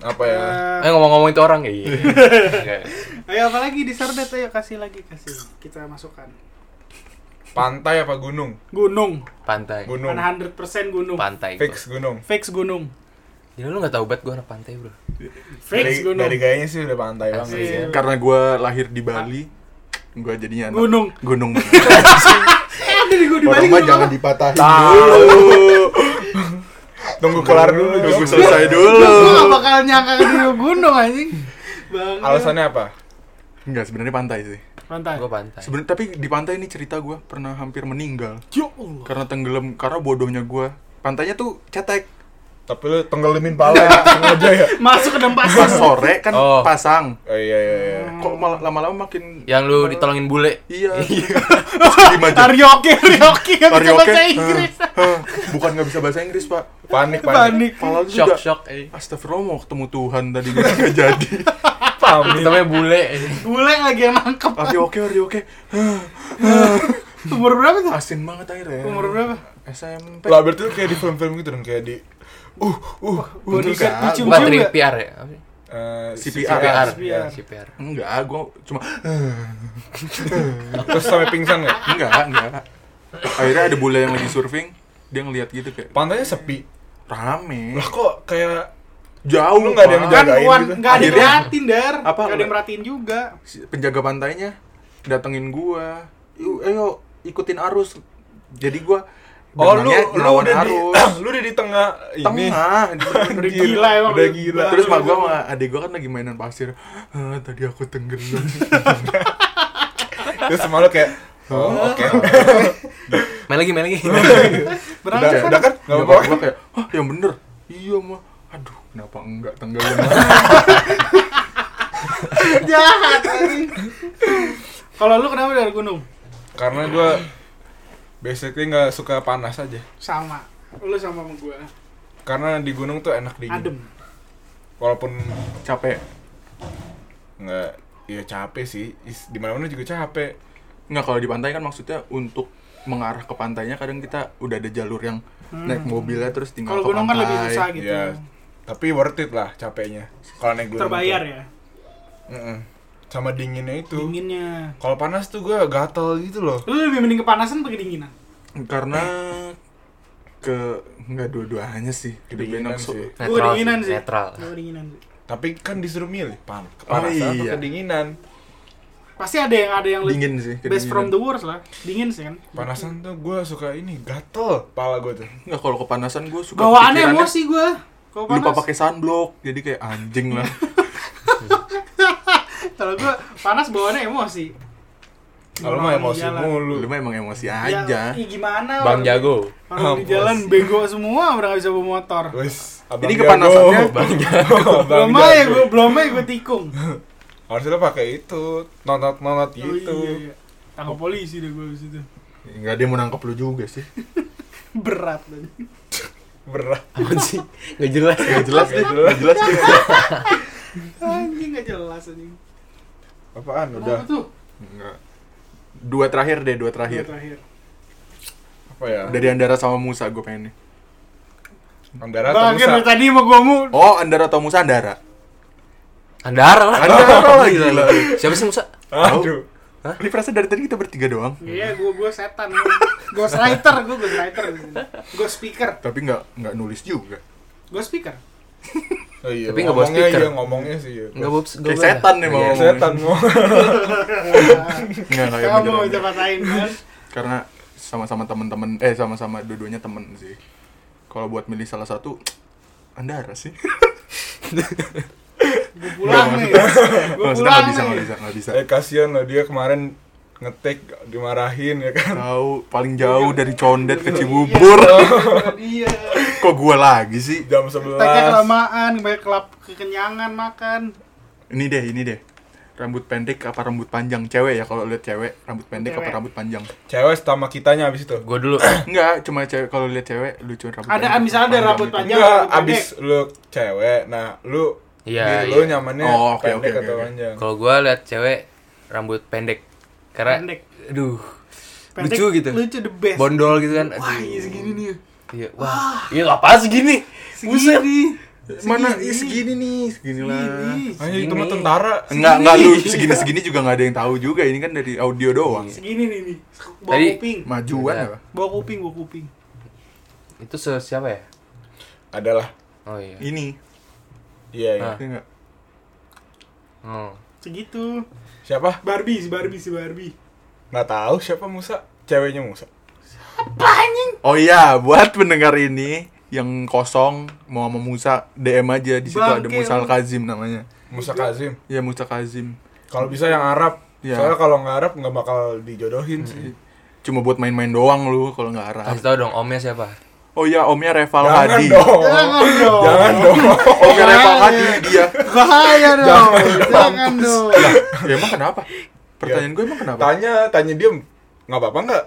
[SPEAKER 4] Apa ya?
[SPEAKER 2] Eh,
[SPEAKER 3] Eh ngomong-ngomong itu orang iya. Enggak.
[SPEAKER 2] ayo apa lagi di Sardet ayo kasih lagi kasih kita masukkan
[SPEAKER 4] Pantai apa gunung?
[SPEAKER 2] gunung
[SPEAKER 3] Pantai.
[SPEAKER 4] Gunung.
[SPEAKER 2] 100% gunung
[SPEAKER 3] Pantai. gua.
[SPEAKER 4] Fix gunung.
[SPEAKER 2] fix gunung
[SPEAKER 3] Gila lu gak tau banget gue anak pantai bro
[SPEAKER 1] Eh,
[SPEAKER 2] fix
[SPEAKER 4] dari,
[SPEAKER 2] gunung
[SPEAKER 4] dari gayanya sih udah pantai banget. sih.
[SPEAKER 3] Asli.
[SPEAKER 4] ya.
[SPEAKER 2] Iya.
[SPEAKER 1] karena gue lahir di Bali gue jadinya anak
[SPEAKER 2] gunung
[SPEAKER 1] gunung
[SPEAKER 2] eh ada di gue di
[SPEAKER 1] orang
[SPEAKER 2] Bali
[SPEAKER 1] mah
[SPEAKER 2] gunung
[SPEAKER 1] jangan
[SPEAKER 2] apa?
[SPEAKER 1] dipatahin
[SPEAKER 4] Tahu.
[SPEAKER 1] dulu
[SPEAKER 4] Tunggu kelar dulu.
[SPEAKER 1] Tunggu
[SPEAKER 4] dong.
[SPEAKER 1] selesai dulu
[SPEAKER 2] Gue gak bakal nyangka di gunung anjing Bang,
[SPEAKER 4] Alasannya apa?
[SPEAKER 1] Enggak sebenarnya pantai sih
[SPEAKER 2] pantai
[SPEAKER 3] Gue pantai
[SPEAKER 1] Seben- tapi di pantai ini cerita gue pernah hampir meninggal
[SPEAKER 2] Ya Allah
[SPEAKER 1] karena tenggelam karena bodohnya gue pantainya tuh cetek
[SPEAKER 4] Tapi lu tenggelamin pala sengaja ya.
[SPEAKER 2] Masuk ke dalam
[SPEAKER 1] pas
[SPEAKER 2] pasar
[SPEAKER 1] sore kan
[SPEAKER 3] Oh. Ya.
[SPEAKER 1] pasang
[SPEAKER 4] Oh iya iya iya.
[SPEAKER 1] kok mal- lama-lama makin
[SPEAKER 3] Yang lu ditolongin bule
[SPEAKER 1] iya Terus gimana aja?
[SPEAKER 2] Karaoke, karaoke, gak bisa
[SPEAKER 1] Karaoke?
[SPEAKER 2] bahasa Inggris
[SPEAKER 1] Hah, hah. bukan nggak bisa bahasa Inggris pak
[SPEAKER 4] Panik panik.
[SPEAKER 2] Panik
[SPEAKER 1] Kepala lu
[SPEAKER 3] Shock
[SPEAKER 1] juga
[SPEAKER 3] shock eh
[SPEAKER 1] Astagfirullah mau ketemu Tuhan tadi nggak nggak jadi
[SPEAKER 4] Panik.
[SPEAKER 3] Namanya bule eh.
[SPEAKER 2] Bule lagi yang nangkep
[SPEAKER 1] Ardi oke Ardi oke
[SPEAKER 2] Umur berapa tuh?
[SPEAKER 1] asin banget akhirnya
[SPEAKER 2] Umur berapa?
[SPEAKER 1] SMP
[SPEAKER 4] Lah berarti lu kayak di film-film gitu dong kayak di uh uh uh
[SPEAKER 2] Bodyguard
[SPEAKER 4] terus ya.
[SPEAKER 1] enggak,
[SPEAKER 2] dicium-cium
[SPEAKER 3] Bukan tri
[SPEAKER 2] gak?
[SPEAKER 3] PR ya Apa sih?
[SPEAKER 4] Eh,
[SPEAKER 1] CPR.
[SPEAKER 4] Iya.
[SPEAKER 3] PR
[SPEAKER 2] CPR.
[SPEAKER 3] Ya, CPR
[SPEAKER 1] enggak gue cuma
[SPEAKER 4] Terus sampai pingsan nggak?
[SPEAKER 1] enggak enggak akhirnya ada bule yang lagi surfing dia ngeliat gitu kayak
[SPEAKER 4] Pantainya sepi.
[SPEAKER 1] rame
[SPEAKER 4] Lah kok kayak
[SPEAKER 1] jauh
[SPEAKER 4] Lu nggak ada yang
[SPEAKER 1] Pak.
[SPEAKER 2] Kan
[SPEAKER 4] Jagain
[SPEAKER 2] Wan,
[SPEAKER 4] gitu.
[SPEAKER 2] gak ada yang
[SPEAKER 1] Akhirnya-
[SPEAKER 2] merhatiin Dar
[SPEAKER 1] Apa?
[SPEAKER 2] Gak ada yang merhatiin juga
[SPEAKER 1] Si penjaga pantainya datengin gua "Yuk, ayo ikutin arus jadi gua
[SPEAKER 4] Oh lu
[SPEAKER 1] berenangnya
[SPEAKER 4] lu
[SPEAKER 1] ngelawan
[SPEAKER 4] udah di
[SPEAKER 1] arus
[SPEAKER 4] lu udah di tengah ini.
[SPEAKER 1] tengah gitu.
[SPEAKER 2] Udah gila emang
[SPEAKER 4] Udah gila.
[SPEAKER 1] terus mak gua sama adik gua kan lagi mainan pasir "Ah, tadi aku tenggelam
[SPEAKER 4] Terus sama lu kayak Oh, oke.
[SPEAKER 3] Main lagi main lagi
[SPEAKER 4] Udah,
[SPEAKER 2] Berangkat
[SPEAKER 4] udah kan? Enggak
[SPEAKER 1] Gak
[SPEAKER 4] apa-apa.
[SPEAKER 1] apa-apa kayak, "Hah, yang bener iya mah aduh kenapa enggak tenggelam
[SPEAKER 2] Jahat anjing. Kalau lu kenapa dari gunung?
[SPEAKER 4] Karena gua basically nggak suka panas aja.
[SPEAKER 2] Sama Lu sama sama gue
[SPEAKER 4] Karena di gunung tuh enak dingin.
[SPEAKER 2] Adem
[SPEAKER 4] Walaupun
[SPEAKER 1] capek
[SPEAKER 4] nggak ya capek sih. Is- Di mana-mana juga capek.
[SPEAKER 1] Enggak kalau di pantai kan maksudnya untuk mengarah ke pantainya kadang kita udah ada jalur yang naik mobilnya terus tinggal
[SPEAKER 2] Hmm. Kalau
[SPEAKER 1] ke
[SPEAKER 2] gunung kan
[SPEAKER 1] pantai.
[SPEAKER 2] lebih susah gitu
[SPEAKER 4] Ya, tapi worth it lah capeknya. Kalau naik gunung.
[SPEAKER 2] Terbayar
[SPEAKER 4] tuh.
[SPEAKER 2] ya
[SPEAKER 4] Mm-mm. Sama dinginnya itu.
[SPEAKER 2] Dinginnya
[SPEAKER 4] Kalau panas tuh gua gatel gitu loh.
[SPEAKER 2] Lu lebih mending kepanasan apa kedinginan?
[SPEAKER 1] Karena ke nggak dua-duanya sih.
[SPEAKER 4] Kedinginan
[SPEAKER 1] Dibilang so-
[SPEAKER 4] sih.
[SPEAKER 2] Gua
[SPEAKER 3] Netral
[SPEAKER 2] dinginan
[SPEAKER 3] sih
[SPEAKER 2] sih.
[SPEAKER 3] Netral
[SPEAKER 2] Gua kedinginan sih.
[SPEAKER 4] Tapi kan disuruh milih pan kepanasan atau
[SPEAKER 1] iya.
[SPEAKER 4] kedinginan.
[SPEAKER 2] Pasti ada yang ada yang lebih
[SPEAKER 1] Dingin sih.
[SPEAKER 2] best from the worst lah. Dingin sih kan.
[SPEAKER 4] Panasan tuh gua suka ini gatel pala gua tuh.
[SPEAKER 1] Enggak kalau kepanasan gue suka
[SPEAKER 2] Bawaannya
[SPEAKER 1] kepikirannya
[SPEAKER 2] emosi gue. Kalau
[SPEAKER 1] lupa
[SPEAKER 2] panas,
[SPEAKER 1] pakai sunblock jadi kayak anjing lah
[SPEAKER 2] kalau gue panas bawaannya emosi.
[SPEAKER 4] Kalau
[SPEAKER 2] Orang
[SPEAKER 4] mah emosi
[SPEAKER 2] jalan.
[SPEAKER 1] lu
[SPEAKER 4] mulu.
[SPEAKER 1] mah emang emosi
[SPEAKER 2] Ya,
[SPEAKER 1] aja
[SPEAKER 2] ih, gimana? orang-
[SPEAKER 3] Bang Jago
[SPEAKER 2] Orang di
[SPEAKER 4] Ampun.
[SPEAKER 2] jalan bego semua, udah gak bisa bawa motor.
[SPEAKER 4] Wes,
[SPEAKER 1] Ini kepanasannya.
[SPEAKER 4] Bang Jago. Bang
[SPEAKER 2] Belum
[SPEAKER 1] ya,
[SPEAKER 2] aja
[SPEAKER 4] Jago.
[SPEAKER 2] gue, belum aja gue tikung.
[SPEAKER 4] Harusnya lo pakai itu, nonot-nonot
[SPEAKER 2] Oh,
[SPEAKER 4] gitu.
[SPEAKER 2] iya, iya. Tangkap polisi deh gue abis itu.
[SPEAKER 1] nggak dia mau nangkep lu juga sih
[SPEAKER 2] Berat tadi.
[SPEAKER 4] Berat.
[SPEAKER 3] Apa sih? Gak jelas
[SPEAKER 1] nggak jelas deh nggak
[SPEAKER 2] gitu.
[SPEAKER 4] Nggak jelas.
[SPEAKER 1] jelas gitu. deh
[SPEAKER 2] Anjing gak jelas anjing.
[SPEAKER 4] Apaan
[SPEAKER 2] Kenapa
[SPEAKER 4] udah?
[SPEAKER 2] tuh?
[SPEAKER 1] Nggak. dua terakhir deh dua
[SPEAKER 2] Terakhir.
[SPEAKER 1] terakhir
[SPEAKER 2] terakhir.
[SPEAKER 4] Apa ya?
[SPEAKER 1] dari Andara sama Musa gue pengen nih
[SPEAKER 4] Andara atau
[SPEAKER 2] Bang,
[SPEAKER 4] Musa?
[SPEAKER 2] dari tadi mau gue mu.
[SPEAKER 1] oh Andara atau Musa Andara
[SPEAKER 3] Andara lah
[SPEAKER 1] Andara lagi
[SPEAKER 3] Gila. Siapa sih Musa?
[SPEAKER 4] Aduh.
[SPEAKER 1] ini perasaan dari tadi kita bertiga doang
[SPEAKER 2] Iya, gue gue setan. Ghost writer, gue ghost writer di sini. Ghost speaker,
[SPEAKER 1] tapi nggak nggak nulis juga
[SPEAKER 2] ghost speaker.
[SPEAKER 4] Oh, iya,
[SPEAKER 3] Tapi nggak bawa
[SPEAKER 4] ngomongnya
[SPEAKER 3] speaker.
[SPEAKER 4] iya, ngomongnya sih. Iya.
[SPEAKER 3] Enggak Bobs gua
[SPEAKER 1] kayak
[SPEAKER 3] boleh.
[SPEAKER 1] setan nih mau
[SPEAKER 3] Iya.
[SPEAKER 1] ngomongin.
[SPEAKER 4] Setan mau.
[SPEAKER 1] nggak nggak yang
[SPEAKER 2] Kamu
[SPEAKER 1] beneran.
[SPEAKER 2] mau coba tain kan?
[SPEAKER 1] karena sama-sama temen-temen eh sama-sama dua-duanya temen sih kalau buat milih salah satu Andara sih
[SPEAKER 2] Gue pulang
[SPEAKER 1] Nggak,
[SPEAKER 2] nih. Gue
[SPEAKER 1] Maksudnya
[SPEAKER 2] pulang
[SPEAKER 1] nggak bisa nggak
[SPEAKER 2] nih.
[SPEAKER 1] bisa nggak bisa
[SPEAKER 4] Eh kasihan loh dia kemarin ngetik dimarahin ya kan.
[SPEAKER 1] tahu paling jauh dari condet ke Cibubur
[SPEAKER 2] Iya.
[SPEAKER 1] kok gua lagi sih
[SPEAKER 4] Jam
[SPEAKER 2] Tagnya kelamaan,
[SPEAKER 4] 11.
[SPEAKER 2] banyak kelap kekenyangan makan.
[SPEAKER 1] ini deh ini deh rambut pendek apa rambut panjang cewek ya kalau lihat cewek rambut pendek apa
[SPEAKER 2] Cewek.
[SPEAKER 1] rambut panjang
[SPEAKER 4] Cewek sama kitanya abis itu.
[SPEAKER 3] Gue dulu.
[SPEAKER 1] enggak cuma cewek kalau lihat cewek lucu rambut
[SPEAKER 2] Ada-
[SPEAKER 1] pendek, gitu.
[SPEAKER 2] misalnya ada rambut panjang.
[SPEAKER 4] Enggak,
[SPEAKER 2] rambut
[SPEAKER 4] abis lu cewek, nah lu
[SPEAKER 3] Iya,
[SPEAKER 4] diri lu
[SPEAKER 3] iya.
[SPEAKER 4] nyamannya
[SPEAKER 1] Oh, oke,
[SPEAKER 4] pendek
[SPEAKER 1] oke, oke,
[SPEAKER 4] atau
[SPEAKER 1] oke.
[SPEAKER 4] panjang.
[SPEAKER 3] Kalau gue liat cewek rambut pendek. Karena
[SPEAKER 2] Pendek.
[SPEAKER 3] aduh.
[SPEAKER 2] Pendek,
[SPEAKER 3] lucu gitu.
[SPEAKER 2] Lucu the best.
[SPEAKER 3] Bondol gitu kan. Aduh.
[SPEAKER 2] Wah, iya segini Ah. nih.
[SPEAKER 3] Iya, wah. Iya, apaan segini? Buset.
[SPEAKER 2] Segini.
[SPEAKER 1] mana ih,
[SPEAKER 2] Segini.
[SPEAKER 1] segini nih segini lah
[SPEAKER 2] Segini.
[SPEAKER 4] Anjir Ah, iya, itu
[SPEAKER 3] Segini.
[SPEAKER 4] mah tentara.
[SPEAKER 1] enggak enggak lu segini segini juga nggak ada yang tahu juga ini kan dari audio doang
[SPEAKER 2] Segini nih nih. Bawa
[SPEAKER 3] Tadi-
[SPEAKER 2] kuping.
[SPEAKER 1] majuan
[SPEAKER 3] Iya.
[SPEAKER 1] apa
[SPEAKER 2] Bawa kuping, bawa kuping.
[SPEAKER 3] Itu se- siapa ya?
[SPEAKER 4] Adalah.
[SPEAKER 3] Oh iya.
[SPEAKER 1] ini
[SPEAKER 4] Iya, iya.
[SPEAKER 3] Ah.
[SPEAKER 1] Iya nggak?
[SPEAKER 3] Oh.
[SPEAKER 2] Segitu.
[SPEAKER 4] Siapa?
[SPEAKER 2] Barbie, si Barbie, si Barbie.
[SPEAKER 4] Nggak tahu siapa Musa? Ceweknya Musa.
[SPEAKER 1] oh iya buat pendengar ini yang kosong mau sama Musa DM aja di situ ada
[SPEAKER 2] Bangke
[SPEAKER 1] Musa
[SPEAKER 2] lu.
[SPEAKER 1] Kazim namanya
[SPEAKER 4] Musa Kazim.
[SPEAKER 1] ya Musa Kazim
[SPEAKER 4] Kalau bisa yang Arab.
[SPEAKER 1] Iya.
[SPEAKER 4] Soalnya kalau nggak Arab nggak bakal dijodohin sih.
[SPEAKER 1] cuma buat main-main doang lu kalau nggak arah
[SPEAKER 3] Kasih tau dong omnya siapa?
[SPEAKER 1] oh iya omnya Reval
[SPEAKER 4] Jangan
[SPEAKER 1] Hadi
[SPEAKER 4] dong.
[SPEAKER 2] Jangan dong.
[SPEAKER 4] Oh. Jangan dong.
[SPEAKER 1] omnya Reval Hadi dia
[SPEAKER 2] Bahaya dong. Jangan dong.
[SPEAKER 1] ya emang kenapa pertanyaan gue emang kenapa
[SPEAKER 4] Tanya, tanya dia nggak apa-apa nggak?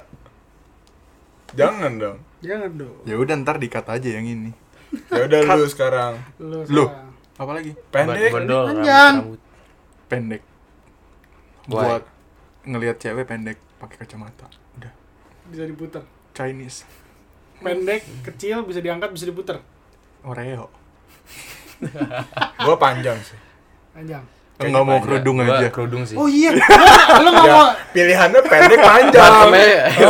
[SPEAKER 4] Jangan dong.
[SPEAKER 2] Jangan dong.
[SPEAKER 1] ya udah ntar dikat aja yang ini
[SPEAKER 4] Ya udah lu sekarang
[SPEAKER 2] Lu.
[SPEAKER 1] Lu.
[SPEAKER 2] sekarang.
[SPEAKER 1] apa lagi
[SPEAKER 4] pendek.
[SPEAKER 3] Bondol rambut,
[SPEAKER 2] Panjang.
[SPEAKER 3] rambut.
[SPEAKER 1] pendek
[SPEAKER 3] Why?
[SPEAKER 1] buat ngelihat cewek pendek pakai kacamata udah
[SPEAKER 2] Bisa diputar.
[SPEAKER 1] Chinese
[SPEAKER 2] Pendek, kecil, bisa diangkat, bisa diputar.
[SPEAKER 1] Oreo
[SPEAKER 4] Gua panjang sih.
[SPEAKER 2] Panjang.
[SPEAKER 1] nggak mau
[SPEAKER 3] Panjang.
[SPEAKER 1] kerudung
[SPEAKER 3] Gua
[SPEAKER 1] aja
[SPEAKER 3] Kerudung sih.
[SPEAKER 2] Oh iya. Lu nggak mau
[SPEAKER 4] Ya, pilihannya pendek
[SPEAKER 3] Cakep
[SPEAKER 4] panjang.
[SPEAKER 3] ya.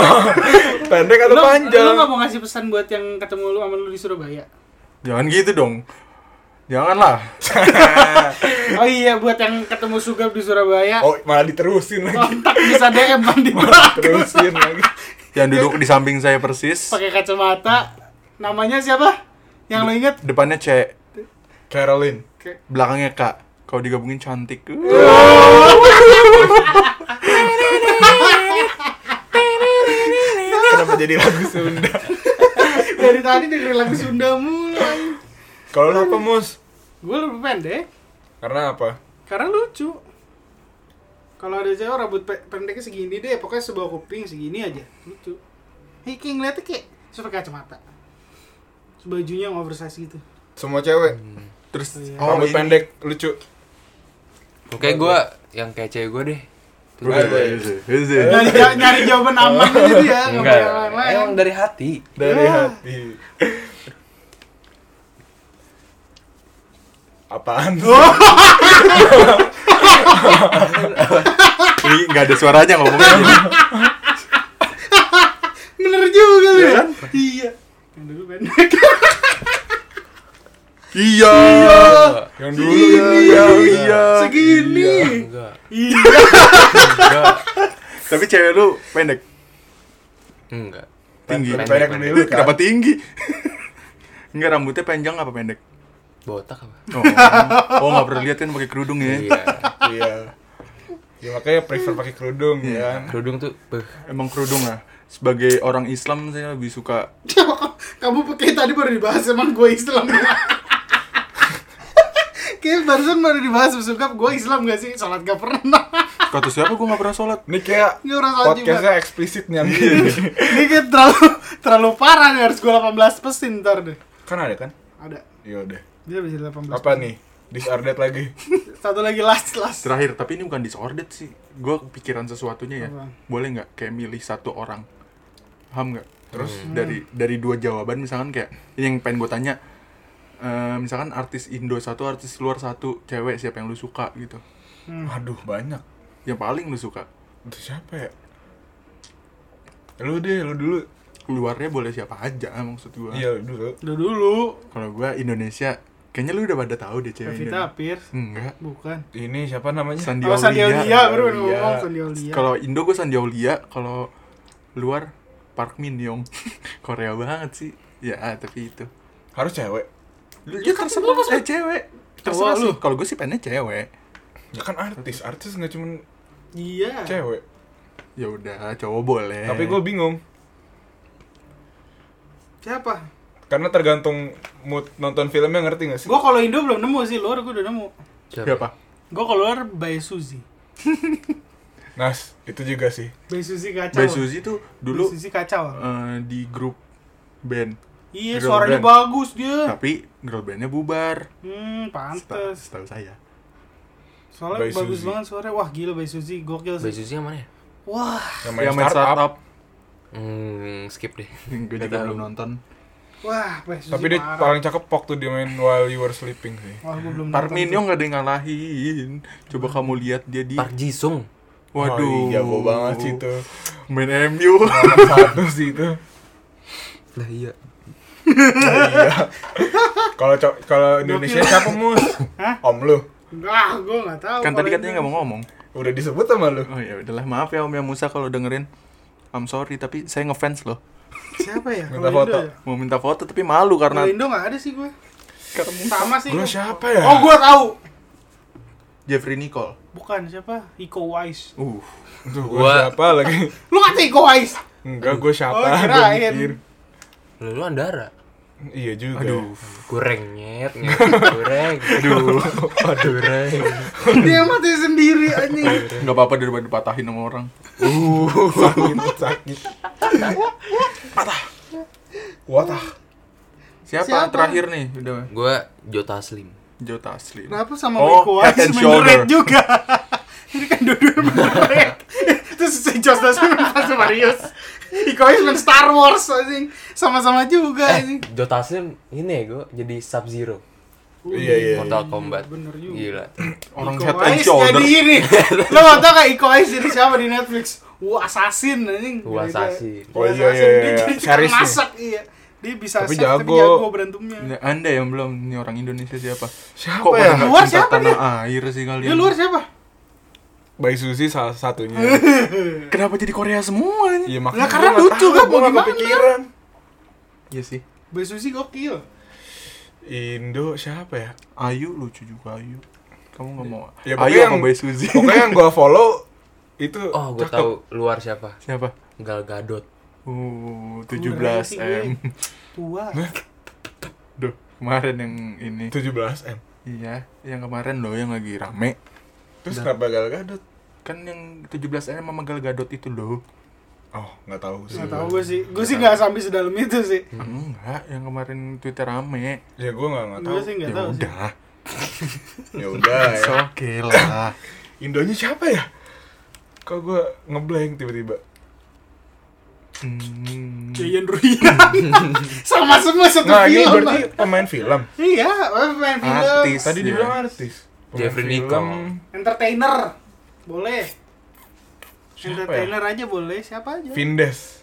[SPEAKER 4] pendek atau
[SPEAKER 2] lu,
[SPEAKER 4] panjang?
[SPEAKER 2] lu nggak mau ngasih pesan buat yang ketemu lu sama lu di Surabaya?
[SPEAKER 1] jangan gitu dong janganlah
[SPEAKER 2] Oh iya, buat yang ketemu Sugab di Surabaya,
[SPEAKER 4] Oh, malah diterusin lagi.
[SPEAKER 2] kontak bisa DM Mandi
[SPEAKER 4] Terusin lagi.
[SPEAKER 1] yang duduk di samping saya persis
[SPEAKER 2] pakai kacamata. Namanya siapa? Yang lu inget?
[SPEAKER 1] depannya C
[SPEAKER 4] Caroline.
[SPEAKER 1] belakangnya K kalau digabungin cantik Uh.
[SPEAKER 4] Kenapa jadi lagu Sunda?
[SPEAKER 2] Dari tadi dengerin lagu Sunda mulai.
[SPEAKER 4] Kalau lu apa, Mus?
[SPEAKER 2] Gue lebih pendek,
[SPEAKER 4] Karena apa?
[SPEAKER 2] karena lucu. Kalau ada cewek rambut pe- pendeknya segini deh, pokoknya sebuah kuping segini aja, lucu. Hei, kayak ngeliatnya kayak terus pakai kacamata. Terus Bajunya yang oversize gitu.
[SPEAKER 4] Semua cewek.
[SPEAKER 1] terus
[SPEAKER 2] Iya.
[SPEAKER 4] Oh,
[SPEAKER 1] ini.
[SPEAKER 4] pendek, lucu.
[SPEAKER 3] Oke, gue yang kayak cewek gue deh. Tuh,
[SPEAKER 1] Terus-
[SPEAKER 4] Ada.
[SPEAKER 1] terus- terus-
[SPEAKER 2] Nyari, ja- nyari jawaban aman gitu ya, nggak
[SPEAKER 3] Enggak.
[SPEAKER 2] boleh yang lain.
[SPEAKER 3] Emang dari hati.
[SPEAKER 4] Dari
[SPEAKER 2] Ya.
[SPEAKER 4] hati. Apaan?
[SPEAKER 2] Oh,
[SPEAKER 1] ini nggak ada suaranya ngomongnya
[SPEAKER 2] Bener juga lu ya. Iya. Yang dulu pendek.
[SPEAKER 1] iya
[SPEAKER 4] Yang dulu
[SPEAKER 2] iya,
[SPEAKER 4] ya, ya, ya.
[SPEAKER 2] Segini.
[SPEAKER 3] Enggak.
[SPEAKER 2] Iya.
[SPEAKER 3] Enggak.
[SPEAKER 1] tapi cewek lu pendek
[SPEAKER 3] Enggak.
[SPEAKER 1] tinggi
[SPEAKER 4] Pendek,
[SPEAKER 3] Pendek,
[SPEAKER 4] dari lu,
[SPEAKER 1] kenapa
[SPEAKER 4] kan?
[SPEAKER 1] tinggi Enggak rambutnya panjang apa pendek?
[SPEAKER 3] Botak apa?
[SPEAKER 1] Oh, oh nggak pernah lihat kan pakai kerudung ya?
[SPEAKER 3] Iya.
[SPEAKER 4] Iya. Ya makanya prefer pakai kerudung
[SPEAKER 1] Iya.
[SPEAKER 4] ya.
[SPEAKER 3] Kerudung tuh beuh.
[SPEAKER 1] Emang kerudung lah. Sebagai orang Islam saya lebih suka
[SPEAKER 2] Kamu pakai tadi baru dibahas emang gue Islam. Kayak barusan baru dibahas suka gue Islam gak sih? Salat gak pernah.
[SPEAKER 1] kata siapa gue nggak pernah sholat.
[SPEAKER 4] Ini kayak
[SPEAKER 2] Ini orang salat juga.
[SPEAKER 4] podcastnya eksplisit nih yang
[SPEAKER 1] Iya.
[SPEAKER 4] ini.
[SPEAKER 2] Ini kayak terlalu terlalu parah nih harus gue 18 pesin ntar deh.
[SPEAKER 4] Kan ada kan?
[SPEAKER 2] Ada.
[SPEAKER 4] Iya udah.
[SPEAKER 2] Dia bisa 18.
[SPEAKER 4] Apa nih? Disardet lagi.
[SPEAKER 2] Satu lagi last last.
[SPEAKER 1] Terakhir, tapi ini bukan disordered sih. Gue pikiran sesuatunya ya.
[SPEAKER 2] Apa?
[SPEAKER 1] Boleh nggak kayak milih satu orang? Paham nggak? Terus dari dari dua jawaban misalkan kayak ini yang pengen gue tanya. Eh, misalkan artis Indo satu, artis luar satu, cewek siapa yang lu suka gitu?
[SPEAKER 4] Waduh, banyak.
[SPEAKER 1] Yang paling lu suka?
[SPEAKER 4] Itu siapa ya? Lu deh, lu dulu.
[SPEAKER 1] Luarnya boleh siapa aja maksud gue.
[SPEAKER 4] Iya, lu dulu.
[SPEAKER 2] Udah dulu.
[SPEAKER 1] Kalau gue Indonesia, kayaknya lu udah pada tahu deh cewek
[SPEAKER 2] Pevita
[SPEAKER 1] Indonesia.
[SPEAKER 2] Pierce.
[SPEAKER 1] Enggak.
[SPEAKER 2] Bukan.
[SPEAKER 4] Ini siapa namanya?
[SPEAKER 1] Iya, Sandi
[SPEAKER 2] Oh, Sandi Aulia,
[SPEAKER 1] Aulia.
[SPEAKER 2] baru mau
[SPEAKER 4] Aulia.
[SPEAKER 2] ngomong Sandi Aulia.
[SPEAKER 1] Kalau Indo gue Sandi Aulia, kalau luar Park Min Young. Korea banget sih. Ya, tapi itu.
[SPEAKER 4] Harus cewek.
[SPEAKER 1] Lu ya terserah lu eh, cewek. Terserah
[SPEAKER 2] Cowok
[SPEAKER 1] lu.
[SPEAKER 2] lu.
[SPEAKER 1] Kalau gue sih pengennya cewek.
[SPEAKER 4] Ya kan artis, artis nggak cuma
[SPEAKER 2] Iya.
[SPEAKER 4] cewek.
[SPEAKER 1] Ya udah, cowok boleh.
[SPEAKER 4] Tapi gue bingung
[SPEAKER 2] Siapa?
[SPEAKER 4] karena tergantung mood nonton filmnya ngerti gak sih?
[SPEAKER 1] Iya,
[SPEAKER 2] Gue kalau Indo belum nemu sih, luar gue udah nemu.
[SPEAKER 1] siapa?
[SPEAKER 2] Gue keluar by Suzy.
[SPEAKER 4] Nas, itu juga sih.
[SPEAKER 2] Bay Suzy kacau.
[SPEAKER 1] Bay Suzy tuh
[SPEAKER 2] dulu.
[SPEAKER 1] dulu
[SPEAKER 2] Suzy kacau.
[SPEAKER 1] eh, di grup band
[SPEAKER 2] iya,
[SPEAKER 1] girl
[SPEAKER 2] suaranya
[SPEAKER 1] band.
[SPEAKER 2] bagus dia.
[SPEAKER 1] tapi girl bandnya bubar Seta-
[SPEAKER 2] Hmm, pantes.
[SPEAKER 1] setahu saya
[SPEAKER 2] Soalnya
[SPEAKER 4] Bay
[SPEAKER 2] bagus
[SPEAKER 4] Suzy.
[SPEAKER 2] banget suaranya. Wah, gila Bay Suzy, gokil sih.
[SPEAKER 3] Bay Suzy yang mana ya?
[SPEAKER 2] Wah,
[SPEAKER 4] Yang
[SPEAKER 1] yang main startup,
[SPEAKER 3] Hmm, skip deh.
[SPEAKER 1] gue
[SPEAKER 4] Gak
[SPEAKER 1] juga
[SPEAKER 4] tahu.
[SPEAKER 1] belum nonton
[SPEAKER 2] wah, Bay Suzy
[SPEAKER 4] Tapi dia
[SPEAKER 2] parah.
[SPEAKER 4] paling cakep waktu dia main While You Were Sleeping sih.
[SPEAKER 2] Wah, gua belum
[SPEAKER 1] Parminyo
[SPEAKER 2] nonton tuh.
[SPEAKER 1] nggak ada yang ngalahin coba kamu lihat dia di
[SPEAKER 3] Park Ji Sung.
[SPEAKER 1] waduh
[SPEAKER 4] Oh, jago banget sih itu.
[SPEAKER 1] main MU
[SPEAKER 4] Nomor satu sih itu.
[SPEAKER 3] Lah iya.
[SPEAKER 4] Nah, iya. Kalau co- kalau Indonesia siapa mus?
[SPEAKER 2] Hah?
[SPEAKER 4] Om lu.
[SPEAKER 2] Ah, gua nggak tahu.
[SPEAKER 1] kan tadi
[SPEAKER 2] kalau
[SPEAKER 1] katanya nggak mau ngomong
[SPEAKER 4] Udah disebut sama lu.
[SPEAKER 1] oh ya udahlah maaf ya om ya Musa kalau dengerin I'm sorry tapi saya ngefans loh
[SPEAKER 2] Siapa ya?
[SPEAKER 4] Minta
[SPEAKER 2] Kalau Indo
[SPEAKER 4] foto.
[SPEAKER 2] ya?
[SPEAKER 1] mau minta foto tapi malu
[SPEAKER 2] Kalau
[SPEAKER 1] karena
[SPEAKER 2] Indo nggak ada sih gue. Sama sih.
[SPEAKER 4] Gua
[SPEAKER 2] gua.
[SPEAKER 4] siapa ya?
[SPEAKER 2] Oh, gua tahu.
[SPEAKER 1] Jeffrey Nicole
[SPEAKER 2] Bukan siapa? Iko Wise.
[SPEAKER 1] uh
[SPEAKER 4] Tuh,
[SPEAKER 3] Gua-
[SPEAKER 4] gua siapa lagi?
[SPEAKER 2] Lu kata Iko Wise?
[SPEAKER 4] Enggak, gua siapa?
[SPEAKER 2] Oh,
[SPEAKER 4] Gua
[SPEAKER 2] kirain.
[SPEAKER 4] mikir.
[SPEAKER 3] Lu lu Andara.
[SPEAKER 4] Iya juga.
[SPEAKER 1] aduh
[SPEAKER 3] Goreng nyet, nyet. goreng. Aduh, aduh goreng.
[SPEAKER 2] Dia mati sendiri anjing.
[SPEAKER 1] nggak apa-apa daripada dipatahin sama orang
[SPEAKER 4] Uh, sakit, sakit. Patah. Watah.
[SPEAKER 1] siapa,
[SPEAKER 2] Siapa?
[SPEAKER 1] terakhir nih udah
[SPEAKER 3] Gua Jota Slim.
[SPEAKER 1] Joe Taslim
[SPEAKER 2] Kenapa sama
[SPEAKER 1] Oh,
[SPEAKER 2] Iko
[SPEAKER 1] head
[SPEAKER 2] Wise
[SPEAKER 1] and
[SPEAKER 2] menyeret
[SPEAKER 1] shoulder.
[SPEAKER 2] juga? Ini kan dua-dua menyeret. Terus si Josh Dasman sama Marius. Iko Wise main Star Wars anjing. Sama-sama
[SPEAKER 4] Eh,
[SPEAKER 2] juga
[SPEAKER 1] Eh,
[SPEAKER 2] anjing.
[SPEAKER 3] Jota Slim Eh, ini ya gua jadi Sub Zero.
[SPEAKER 4] Iya, iya.
[SPEAKER 3] Mortal Kombat.
[SPEAKER 2] Bener juga.
[SPEAKER 3] Gila.
[SPEAKER 1] orang
[SPEAKER 2] Iko
[SPEAKER 1] head and
[SPEAKER 2] Uwais
[SPEAKER 1] shoulder
[SPEAKER 2] jadi ini. Lo mau tau gak Iko Uwais jadi siapa di Netflix? Wah, assassin anjing. Gitu.
[SPEAKER 3] Wah, assassin.
[SPEAKER 4] Oh, iya,
[SPEAKER 2] Assassin. Dia
[SPEAKER 4] iya, iya.
[SPEAKER 2] jadi tukang
[SPEAKER 4] Series nih.
[SPEAKER 2] masak, iya. Dia bisa
[SPEAKER 4] Tapi
[SPEAKER 2] masak,
[SPEAKER 4] jago.
[SPEAKER 2] jago berantemnya.
[SPEAKER 1] anda yang belum ini orang Indonesia siapa
[SPEAKER 4] Siapa
[SPEAKER 1] Kok pada
[SPEAKER 4] ya?
[SPEAKER 1] nggak
[SPEAKER 2] Luar
[SPEAKER 1] cinta
[SPEAKER 2] siapa
[SPEAKER 1] tanah air sih kalian
[SPEAKER 2] Dia Ya, luar siapa?
[SPEAKER 4] Bayi Susi salah satunya.
[SPEAKER 1] kenapa jadi Korea semua ini
[SPEAKER 4] Iya
[SPEAKER 2] Lah, karena
[SPEAKER 4] gua nggak
[SPEAKER 2] lucu
[SPEAKER 4] tahu,
[SPEAKER 2] kan, mau
[SPEAKER 4] gua nggak
[SPEAKER 2] gimana?
[SPEAKER 4] kepikiran.
[SPEAKER 1] iya sih
[SPEAKER 2] Bayi Susi gokil.
[SPEAKER 4] Indo siapa ya?
[SPEAKER 1] Ayu lucu juga Ayu. Kamu
[SPEAKER 2] Iya.
[SPEAKER 1] nggak mau?
[SPEAKER 4] Ya, pokoknya
[SPEAKER 1] Ayu
[SPEAKER 4] yang-
[SPEAKER 1] sama Bae Suzy.
[SPEAKER 4] Pokoknya yang gua follow itu
[SPEAKER 3] Oh, gua
[SPEAKER 4] cakep.
[SPEAKER 3] tahu luar siapa.
[SPEAKER 1] Siapa?
[SPEAKER 3] Gal Gadot.
[SPEAKER 1] Uh,
[SPEAKER 2] Kurang
[SPEAKER 1] 17
[SPEAKER 2] sih
[SPEAKER 1] m.
[SPEAKER 2] gue. Tua.
[SPEAKER 1] Duh, kemarin yang ini.
[SPEAKER 4] 17 M.
[SPEAKER 1] Iya, yang kemarin loh yang lagi rame.
[SPEAKER 4] Terus kenapa Gal Gadot?
[SPEAKER 1] Kan yang 17 m sama Gal Gadot itu loh.
[SPEAKER 4] Oh, nggak tahu sih.
[SPEAKER 2] Gak tau gue sih. Gue sih gak sampai sedalam itu sih.
[SPEAKER 1] Enggak, yang kemarin Twitter rame.
[SPEAKER 4] Ya gua nggak nggak tahu.
[SPEAKER 2] Gue sih
[SPEAKER 1] Ya
[SPEAKER 2] gak tau sih.
[SPEAKER 1] udah,
[SPEAKER 4] Ya udah
[SPEAKER 1] it's
[SPEAKER 4] ya.
[SPEAKER 1] okay lah.
[SPEAKER 4] Indonya siapa ya? Kok gua ngeblank tiba-tiba.
[SPEAKER 1] Hmm.
[SPEAKER 2] Yayan Ruhian. Sama semua satu
[SPEAKER 4] Nah, ini
[SPEAKER 2] film.
[SPEAKER 4] berarti pemain film.
[SPEAKER 2] Iya, main film.
[SPEAKER 1] Artis.
[SPEAKER 4] Tadi
[SPEAKER 1] Iya.
[SPEAKER 4] dibilang artis. Pemain
[SPEAKER 3] Jeffrey
[SPEAKER 4] film.
[SPEAKER 3] Nicole.
[SPEAKER 2] Entertainer. Boleh.
[SPEAKER 4] Siapa ya?
[SPEAKER 2] Entertainer aja boleh, siapa aja.
[SPEAKER 4] Vindes.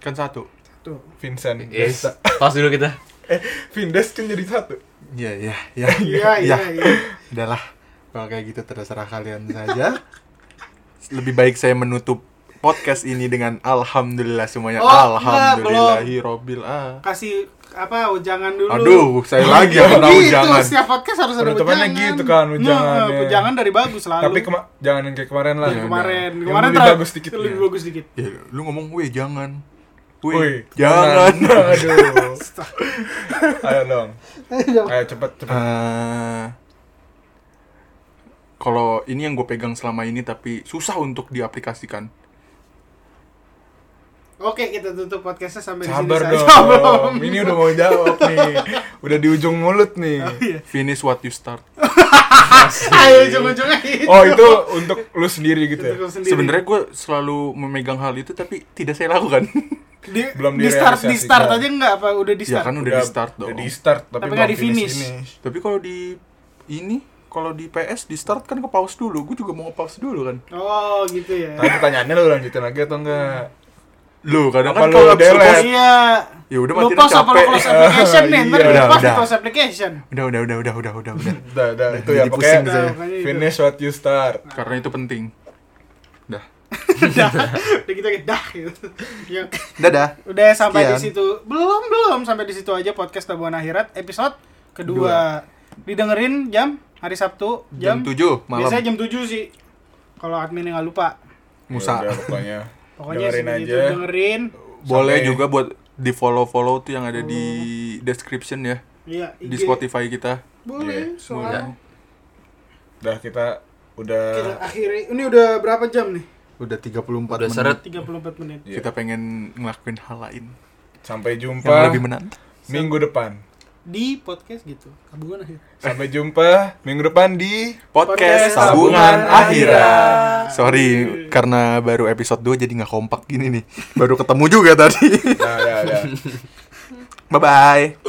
[SPEAKER 1] Kan satu.
[SPEAKER 2] Tuh.
[SPEAKER 4] Vincent.
[SPEAKER 3] Yes.
[SPEAKER 4] Desta.
[SPEAKER 3] Pas dulu kita.
[SPEAKER 4] Eh, Vindes kan jadi satu.
[SPEAKER 1] Iya, iya, iya.
[SPEAKER 2] Iya,
[SPEAKER 4] Ya.
[SPEAKER 2] iya, iya.
[SPEAKER 1] Udahlah, kalau kayak gitu terserah kalian saja. Lebih baik saya menutup podcast ini dengan alhamdulillah semuanya.
[SPEAKER 2] Oh, enggak, belum.
[SPEAKER 1] Alhamdulillahirobbil ah.
[SPEAKER 2] Kasih apa ujangan dulu.
[SPEAKER 1] Aduh, saya lagi yang
[SPEAKER 2] Gitu,
[SPEAKER 1] pernah ujangan.
[SPEAKER 2] setiap podcast harus ada
[SPEAKER 4] Penutupannya
[SPEAKER 2] ujangan.
[SPEAKER 4] gitu kan, ujangan,
[SPEAKER 2] Nah,
[SPEAKER 4] ya.
[SPEAKER 2] ujangan dari bagus selalu.
[SPEAKER 4] Tapi kema- jangan yang kayak kemarin lah.
[SPEAKER 2] Yang kemarin,
[SPEAKER 4] Yang
[SPEAKER 2] kemarin
[SPEAKER 4] lebih
[SPEAKER 2] terlalu-
[SPEAKER 4] bagus dikit.
[SPEAKER 2] Lebih
[SPEAKER 4] Iya.
[SPEAKER 2] bagus dikit.
[SPEAKER 1] Ya, lu ngomong, weh jangan.
[SPEAKER 4] Woi,
[SPEAKER 1] Weh, jangan.
[SPEAKER 4] Aduh. Ayo dong. Ayo cepet cepet.
[SPEAKER 1] Eh, kalau ini yang gue pegang selama ini tapi susah untuk diaplikasikan.
[SPEAKER 2] Oke, kita tutup podcastnya sampai
[SPEAKER 4] Sabar
[SPEAKER 2] di sini saja.
[SPEAKER 4] dong. Ini udah mau jawab nih. Udah di ujung mulut nih.
[SPEAKER 1] Finish what you start.
[SPEAKER 2] Iya. Ayo ujung-ujungnya itu.
[SPEAKER 4] Oh itu untuk lu sendiri gitu ya?
[SPEAKER 2] Tutup sendiri.
[SPEAKER 1] Sebenarnya gue selalu memegang hal itu tapi tidak saya lakukan.
[SPEAKER 2] di,
[SPEAKER 4] belum
[SPEAKER 2] di start di
[SPEAKER 4] direalisasikan. Iya,
[SPEAKER 2] start aja enggak apa udah di
[SPEAKER 1] ya
[SPEAKER 2] start.
[SPEAKER 1] kan udah, di start dong.
[SPEAKER 4] Udah di start tapi,
[SPEAKER 2] Tapi nggak
[SPEAKER 4] belum
[SPEAKER 2] di finish.
[SPEAKER 1] Tapi kalau di ini, kalau di PS di start kan ke pause dulu. Gue juga mau ke pause dulu kan.
[SPEAKER 2] Oh, gitu ya.
[SPEAKER 4] Nah, pertanyaannya lu lanjutin lagi atau enggak?
[SPEAKER 1] Lu kadang
[SPEAKER 4] Apa
[SPEAKER 1] kan
[SPEAKER 4] lu
[SPEAKER 1] kalau abis
[SPEAKER 4] delete?
[SPEAKER 1] pause-
[SPEAKER 2] Iya.
[SPEAKER 1] Ya udah
[SPEAKER 2] Lu
[SPEAKER 1] matiin
[SPEAKER 2] pause apa lu
[SPEAKER 1] capek.
[SPEAKER 2] close application nih? Ntar lu
[SPEAKER 4] Iya,
[SPEAKER 1] udah,
[SPEAKER 2] pause lu
[SPEAKER 1] udah.
[SPEAKER 2] close application.
[SPEAKER 1] Udah udah udah udah udah udah udah.
[SPEAKER 4] Udah, udah, itu ya
[SPEAKER 1] Nah, jadi
[SPEAKER 4] pokoknya gitu.
[SPEAKER 1] pusing saya.
[SPEAKER 2] Nah, makanya itu.
[SPEAKER 4] finish what you start.
[SPEAKER 1] Karena itu penting. Dah.
[SPEAKER 2] Dah. Udah gitu aja, dah gitu. Ya.
[SPEAKER 1] Dadah.
[SPEAKER 2] Udah sampai di
[SPEAKER 1] Sekian.
[SPEAKER 2] situ. Belum, belum sampai di situ aja podcast Tabuan Akhirat episode kedua. Didengerin jam hari Sabtu
[SPEAKER 1] Jam
[SPEAKER 2] jam,
[SPEAKER 1] 7 malam.
[SPEAKER 2] Biasanya jam 7 sih. Kalau admin nggak lupa.
[SPEAKER 1] Musa.
[SPEAKER 4] Ya udah, pokoknya.
[SPEAKER 2] Pokoknya
[SPEAKER 4] dengerin
[SPEAKER 2] segitu,
[SPEAKER 4] aja.
[SPEAKER 2] dengerin.
[SPEAKER 1] Boleh
[SPEAKER 4] Sampai-
[SPEAKER 1] juga buat di follow-follow tuh yang ada di description ya
[SPEAKER 2] Iya,
[SPEAKER 1] di
[SPEAKER 2] IG.
[SPEAKER 1] Spotify kita.
[SPEAKER 2] Boleh,
[SPEAKER 4] Iya,
[SPEAKER 2] soalnya.
[SPEAKER 1] boleh.
[SPEAKER 4] Udah kita
[SPEAKER 2] Kira
[SPEAKER 4] udah
[SPEAKER 2] akhirnya ini udah berapa jam nih?
[SPEAKER 1] Udah 34
[SPEAKER 3] Udah
[SPEAKER 1] menit.
[SPEAKER 3] seret.
[SPEAKER 2] 34 menit.
[SPEAKER 4] Iya.
[SPEAKER 1] Kita pengen ngelakuin hal lain
[SPEAKER 4] sampai
[SPEAKER 1] yang
[SPEAKER 4] jumpa
[SPEAKER 1] lebih menantang.
[SPEAKER 4] minggu depan.
[SPEAKER 2] Di podcast gitu. Kabungan akhir.
[SPEAKER 4] Sampai jumpa minggu depan di
[SPEAKER 1] Podcast,
[SPEAKER 2] Podcast
[SPEAKER 1] Sabungan
[SPEAKER 2] Sabungan
[SPEAKER 1] Akhira.
[SPEAKER 2] Akhira.
[SPEAKER 1] Sorry karena baru episode 2 jadi
[SPEAKER 4] ya,
[SPEAKER 1] nggak kompak gini nih. Baru ketemu juga tadi.
[SPEAKER 4] Nah, dah, dah.
[SPEAKER 1] Bye bye.